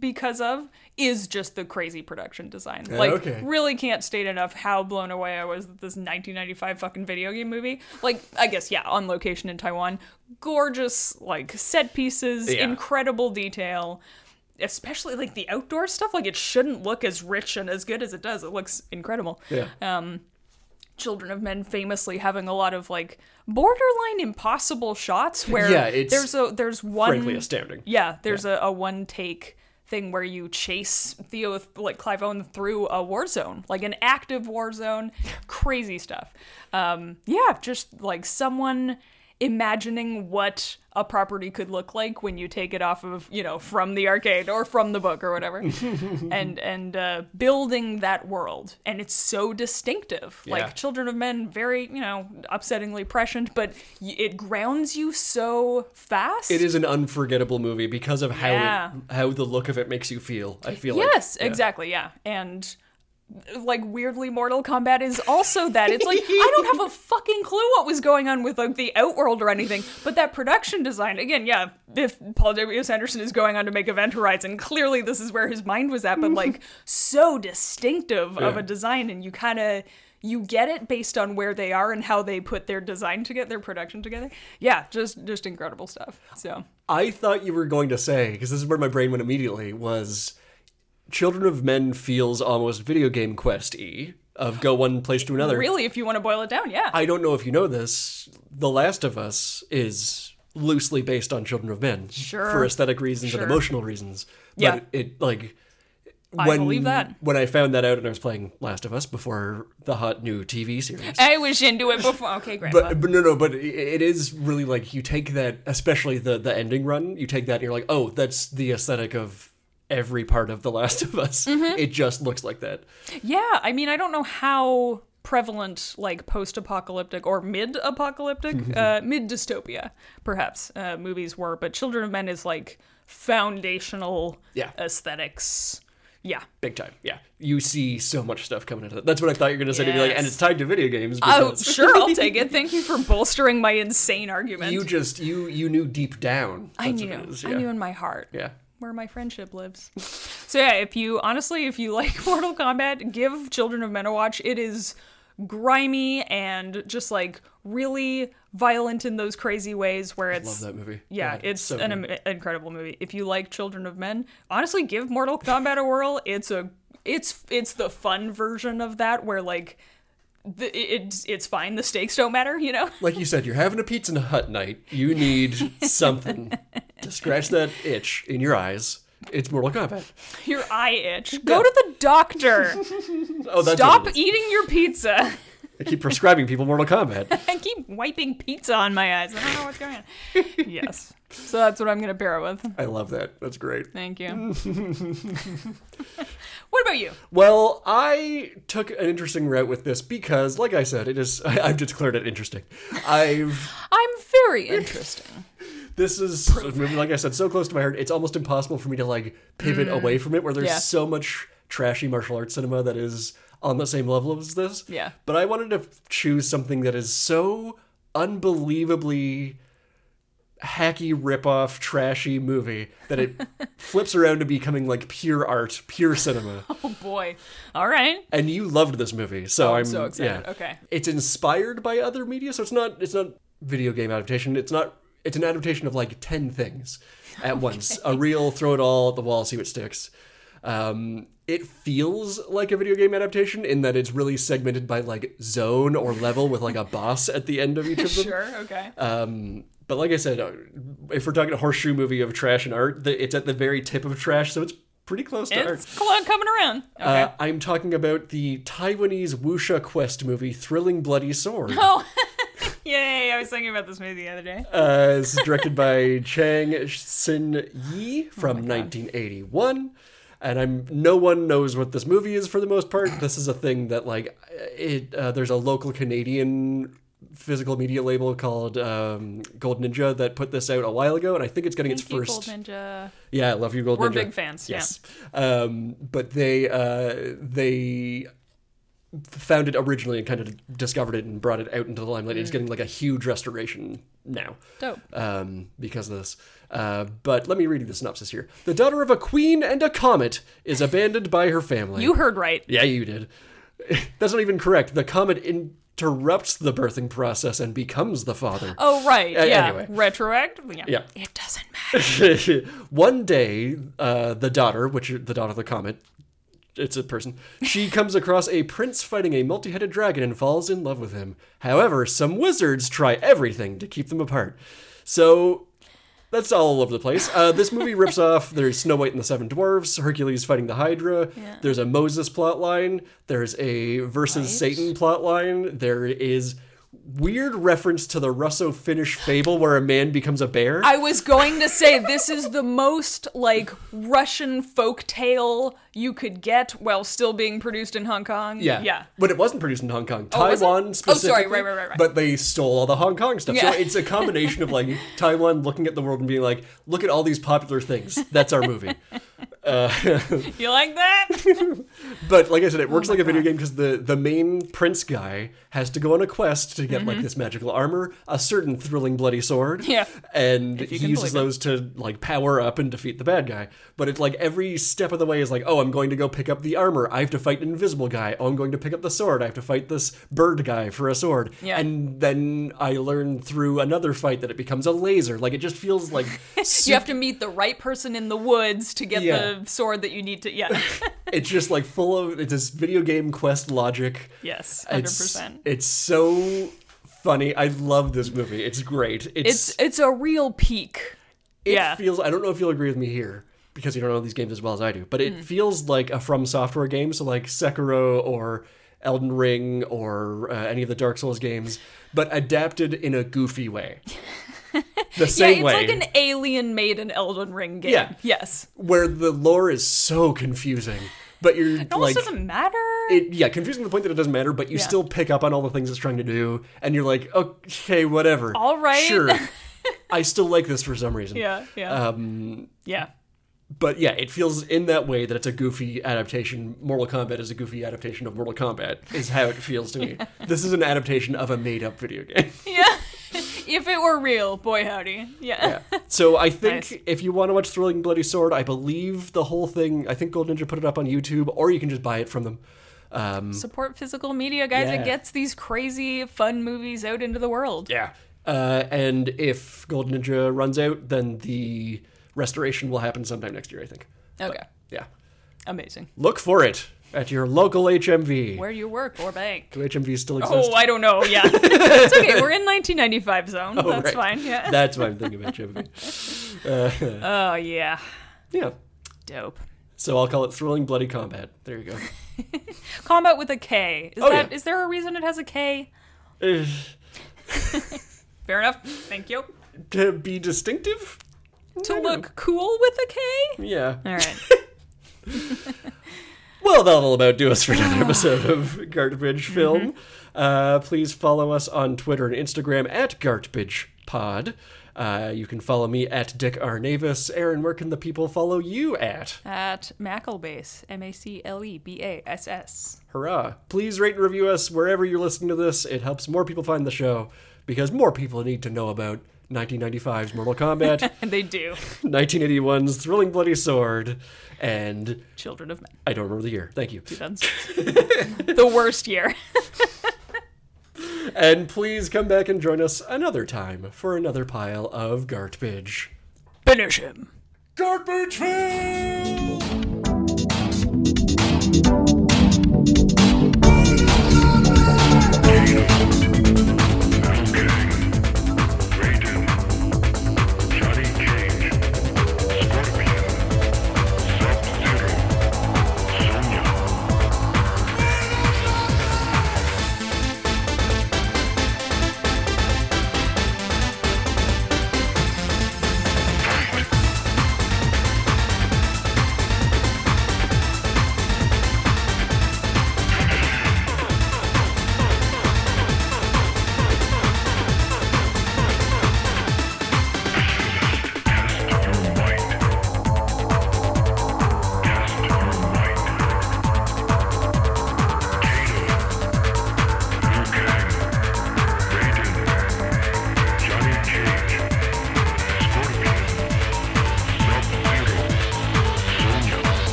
Speaker 1: because of is just the crazy production design. Like,
Speaker 2: okay.
Speaker 1: really can't state enough how blown away I was that this 1995 fucking video game movie. Like, I guess yeah, on location in Taiwan, gorgeous like set pieces,
Speaker 2: Yeah.
Speaker 1: incredible detail especially like the outdoor stuff like it shouldn't look as rich and as good as it does it looks incredible Um,
Speaker 2: Yeah.
Speaker 1: children of men famously having a lot of like borderline impossible shots where
Speaker 2: Yeah, it's
Speaker 1: there's a there's one
Speaker 2: Frankly astounding.
Speaker 1: yeah, there's A, a one take thing where you chase Theo like Clive Owen through a war zone, like an active war zone. Crazy stuff. Um, yeah, just like someone imagining what a property could look like when you take it off of you know from the arcade or from the book or whatever and and uh, building that world and it's so distinctive
Speaker 2: Yeah.
Speaker 1: like children of men very you know upsettingly prescient but y- it grounds you so fast
Speaker 2: It is an unforgettable movie because of how
Speaker 1: Yeah.
Speaker 2: it, how the look of it makes you feel. I feel like
Speaker 1: Yes, exactly. Yeah, and like weirdly, Mortal Kombat is also that. It's like I don't have a fucking clue what was going on with like the Outworld or anything, but that production design again. Yeah, if Paul W S Anderson is going on to make Event Horizon, clearly this is where his mind was at. But like so distinctive of a design, and you kind of. You get it based on where they are and how they put their design together, their production together. Yeah, just just incredible stuff. So
Speaker 2: I thought you were going to say because this is where my brain went immediately was Children of Men feels almost video game quest y of go one place to another.
Speaker 1: really, if you want to boil it down, yeah,
Speaker 2: I don't know if you know this. The Last of Us is loosely based on Children of Men,
Speaker 1: Sure.
Speaker 2: for aesthetic reasons
Speaker 1: Sure.
Speaker 2: and emotional reasons. But
Speaker 1: Yeah.
Speaker 2: it like
Speaker 1: I
Speaker 2: when
Speaker 1: believe that.
Speaker 2: when I found that out and I was playing Last of Us before the hot new TV series.
Speaker 1: I was into it before. Okay, grandpa.
Speaker 2: But, but no, no, but i- it is really like you take that, especially the the ending run. You take that, and you're like, oh, that's the aesthetic of
Speaker 1: Mm-hmm.
Speaker 2: every part of The Last of Us. It just looks like that.
Speaker 1: yeah, I mean, I don't know how prevalent like post-apocalyptic or mid-apocalyptic uh, mid-dystopia perhaps uh, movies were but children of men is like foundational
Speaker 2: Yeah.
Speaker 1: aesthetics yeah
Speaker 2: Big time. Yeah. You see so much stuff coming out of that. That's what I thought you were going to say to be like,
Speaker 1: Yes.
Speaker 2: and it's tied to video games.
Speaker 1: oh
Speaker 2: because
Speaker 1: sure i'll take it thank you for bolstering my insane argument
Speaker 2: You just, you you knew deep down.
Speaker 1: i
Speaker 2: that's
Speaker 1: knew
Speaker 2: what it is,
Speaker 1: i
Speaker 2: yeah.
Speaker 1: knew in my heart
Speaker 2: Yeah.
Speaker 1: where my friendship lives. so yeah, if you honestly, if you like Mortal Kombat, give Children of Men a watch. It is grimy and just like really violent in those crazy ways where it's
Speaker 2: Love that movie.
Speaker 1: Yeah,
Speaker 2: God,
Speaker 1: it's
Speaker 2: so
Speaker 1: an
Speaker 2: good.
Speaker 1: am- incredible movie. If you like Children of Men, honestly, give Mortal Kombat a whirl. It's a it's it's the fun version of that where like the, it- it's it's fine. The stakes don't matter, you know.
Speaker 2: Like you said, you're having a pizza in a hut night. You need something to scratch that itch in your eyes. It's Mortal Kombat.
Speaker 1: Your eye itch. Go to the doctor.
Speaker 2: Oh, that's what
Speaker 1: Stop
Speaker 2: it is.
Speaker 1: eating your pizza.
Speaker 2: I keep prescribing people Mortal Kombat.
Speaker 1: I keep wiping pizza on my eyes. I don't know what's going on. yes. So that's what I'm going to bear with.
Speaker 2: I love that. That's great.
Speaker 1: Thank you. what about you?
Speaker 2: Well, I took an interesting route with this because, like I said, it is. I, I've declared it interesting. I've.
Speaker 1: I'm very interesting.
Speaker 2: This is a movie, like I said, so close to my heart. It's almost impossible for me to like pivot away from it. Where there's
Speaker 1: Mm-hmm. Yeah.
Speaker 2: so much trashy martial arts cinema that is on the same level as this.
Speaker 1: Yeah.
Speaker 2: But I wanted to choose something that is so unbelievably hacky ripoff, trashy movie that it flips around to becoming like pure art, pure cinema.
Speaker 1: Oh boy. All right.
Speaker 2: and you loved this movie, so
Speaker 1: Oh, I'm
Speaker 2: I'm
Speaker 1: so excited.
Speaker 2: yeah.
Speaker 1: Okay.
Speaker 2: It's inspired by other media, so it's not it's not video game adaptation. It's not it's an adaptation of like ten things at once. A real throw it all at the wall, see what sticks. Um, it feels like a video game adaptation in that it's really segmented by like zone or level with like a boss at the end of each of them.
Speaker 1: Sure. Okay.
Speaker 2: Um, but like I said, uh, if we're talking a horseshoe movie of trash and art, the, it's at the very tip of trash, so it's pretty close to art.
Speaker 1: it's cl- coming around. Okay.
Speaker 2: Uh, I'm talking about the Taiwanese wuxia quest movie, Thrilling Bloody Sword.
Speaker 1: Oh. Yay. I was thinking about this movie the other day.
Speaker 2: Uh, this is directed by Chang Sin Yi
Speaker 1: Oh
Speaker 2: from 1981. And I'm no one knows what this movie is for the most part. This is a thing that like it. Uh, there's a local Canadian physical media label called um, Gold Ninja that put this out a while ago, and I think it's getting its
Speaker 1: Thank you,
Speaker 2: first.
Speaker 1: Gold Ninja.
Speaker 2: Yeah, I love you, Gold
Speaker 1: We're
Speaker 2: Ninja.
Speaker 1: big fans, yeah.
Speaker 2: Yes, um, but they uh, they found it originally and kind of discovered it and brought it out into the limelight.
Speaker 1: Mm.
Speaker 2: It's getting like a huge restoration now.
Speaker 1: Dope.
Speaker 2: Um, because of this. Uh, but let me read you the synopsis here. The daughter of a queen and a comet is abandoned by her family.
Speaker 1: You heard right.
Speaker 2: Yeah, you did. That's not even correct. The comet interrupts the birthing process and becomes the father.
Speaker 1: Oh, right.
Speaker 2: A-
Speaker 1: yeah.
Speaker 2: anyway.
Speaker 1: Retroactive. Yeah.
Speaker 2: Yeah.
Speaker 1: It doesn't matter.
Speaker 2: One day, uh, the daughter, which the daughter of the comet, it's a person, she comes across a prince fighting a multi headed dragon and falls in love with him. However, some wizards try everything to keep them apart. So. That's all over the place. Uh, this movie rips off. There's Snow White and the Seven Dwarfs, Hercules fighting the Hydra. There's a Moses plotline. There's a versus Satan plotline. There is weird reference to the Russo Finnish fable where a man becomes a bear.
Speaker 1: I was going to say this is the most like Russian folktale you could get while still being produced in Hong Kong.
Speaker 2: Yeah.
Speaker 1: Yeah.
Speaker 2: But it wasn't produced in Hong Kong.
Speaker 1: was it?
Speaker 2: Taiwan
Speaker 1: Oh, sorry.
Speaker 2: specifically.
Speaker 1: Right, right, right, right.
Speaker 2: But they stole all the Hong Kong stuff.
Speaker 1: Yeah.
Speaker 2: So it's a combination of like Taiwan looking at the world and being like, look at all these popular things. That's our movie.
Speaker 1: You like that?
Speaker 2: But like I
Speaker 1: Oh
Speaker 2: said, it works like a video game because the, the main prince guy has to go on a quest to get like this magical armor, a certain thrilling bloody sword.
Speaker 1: Mm-hmm. Yeah.
Speaker 2: And
Speaker 1: you
Speaker 2: he
Speaker 1: can believe
Speaker 2: uses
Speaker 1: it.
Speaker 2: those to like power up and defeat the bad guy. But it's like every step of the way is like, oh, I'm going to go pick up the armor. I have to fight an invisible guy. Oh, I'm going to pick up the sword. I have to fight this bird guy for a sword.
Speaker 1: Yeah.
Speaker 2: And then I learn through another fight that it becomes a laser. Like it just feels like
Speaker 1: you have to meet the right person in the woods to get
Speaker 2: Yeah.
Speaker 1: the sword that you need to. Yeah.
Speaker 2: it's just like full of it's this video game quest logic.
Speaker 1: yes. Hundred
Speaker 2: It's,
Speaker 1: percent.
Speaker 2: it's so funny. I love this movie. It's great. It's,
Speaker 1: It's it's a real peak.
Speaker 2: it
Speaker 1: yeah.
Speaker 2: feels I don't know if you'll agree with me here because you don't know these games as well as I do, but it
Speaker 1: Mm.
Speaker 2: feels like a from software game, so like Sekiro or Elden Ring or uh, any of the Dark Souls games, but adapted in a goofy way. The
Speaker 1: yeah,
Speaker 2: same
Speaker 1: it's
Speaker 2: way
Speaker 1: like an alien made an Elden Ring game.
Speaker 2: Yeah.
Speaker 1: Yes.
Speaker 2: where the lore is so confusing. but you're
Speaker 1: It almost
Speaker 2: like
Speaker 1: doesn't matter.
Speaker 2: it yeah confusing to the point that it doesn't matter but you
Speaker 1: Yeah.
Speaker 2: still pick up on all the things it's trying to do and you're like okay whatever
Speaker 1: All right.
Speaker 2: sure i still like this for some reason
Speaker 1: yeah, yeah,
Speaker 2: um,
Speaker 1: yeah.
Speaker 2: but yeah it feels in that way that it's a goofy adaptation mortal kombat is a goofy adaptation of mortal kombat is how it feels to me this is an adaptation of a made-up video game
Speaker 1: If it were real, boy howdy. Yeah.
Speaker 2: so i think
Speaker 1: Nice.
Speaker 2: if you want to watch thrilling bloody sword i believe the whole thing i think gold ninja put it up on youtube or you can just buy it from them um,
Speaker 1: Support physical media, guys.
Speaker 2: Yeah.
Speaker 1: It gets these crazy, fun movies out into the world.
Speaker 2: Yeah. Uh, and if Gold Ninja runs out, then the restoration will happen sometime next year, I think.
Speaker 1: Okay.
Speaker 2: Yeah.
Speaker 1: Amazing.
Speaker 2: Look for it at your local HMV.
Speaker 1: Where you work or bank.
Speaker 2: Do HMVs still exist?
Speaker 1: Oh, I don't know. Yeah. Oh, it's okay. We're in 1995 zone. That's
Speaker 2: right.
Speaker 1: fine. Yeah.
Speaker 2: That's what I'm thinking about HMV.
Speaker 1: oh, yeah.
Speaker 2: Yeah.
Speaker 1: Dope.
Speaker 2: So I'll call it Thrilling Bloody Combat. There you go.
Speaker 1: Combat with a K. Is
Speaker 2: Oh,
Speaker 1: that is
Speaker 2: yeah.
Speaker 1: there a reason it has a K?
Speaker 2: Uh,
Speaker 1: Fair enough. Thank you.
Speaker 2: to be distinctive?
Speaker 1: To look cool with a K?
Speaker 2: Yeah.
Speaker 1: All right.
Speaker 2: Well, that'll about do us for another episode of Garbage Film. Uh, please follow us on Twitter and Instagram at Garbage Pod. Uh, you can follow me at Dick R. Navis. Aaron, where can the people follow you at?
Speaker 1: At Macklebase, M A C L E B A S S.
Speaker 2: Hurrah. Please rate and review us wherever you're listening to this. It helps more people find the show because more people need to know about 1995's Mortal Kombat,
Speaker 1: And they do.
Speaker 2: 1981's Thrilling Bloody Sword, and
Speaker 1: Children of Men.
Speaker 2: I don't remember the year. Thank you.
Speaker 1: That's the worst year.
Speaker 2: And please come back and join us another time for another pile of garbage.
Speaker 1: Finish him.
Speaker 2: Garbage Film!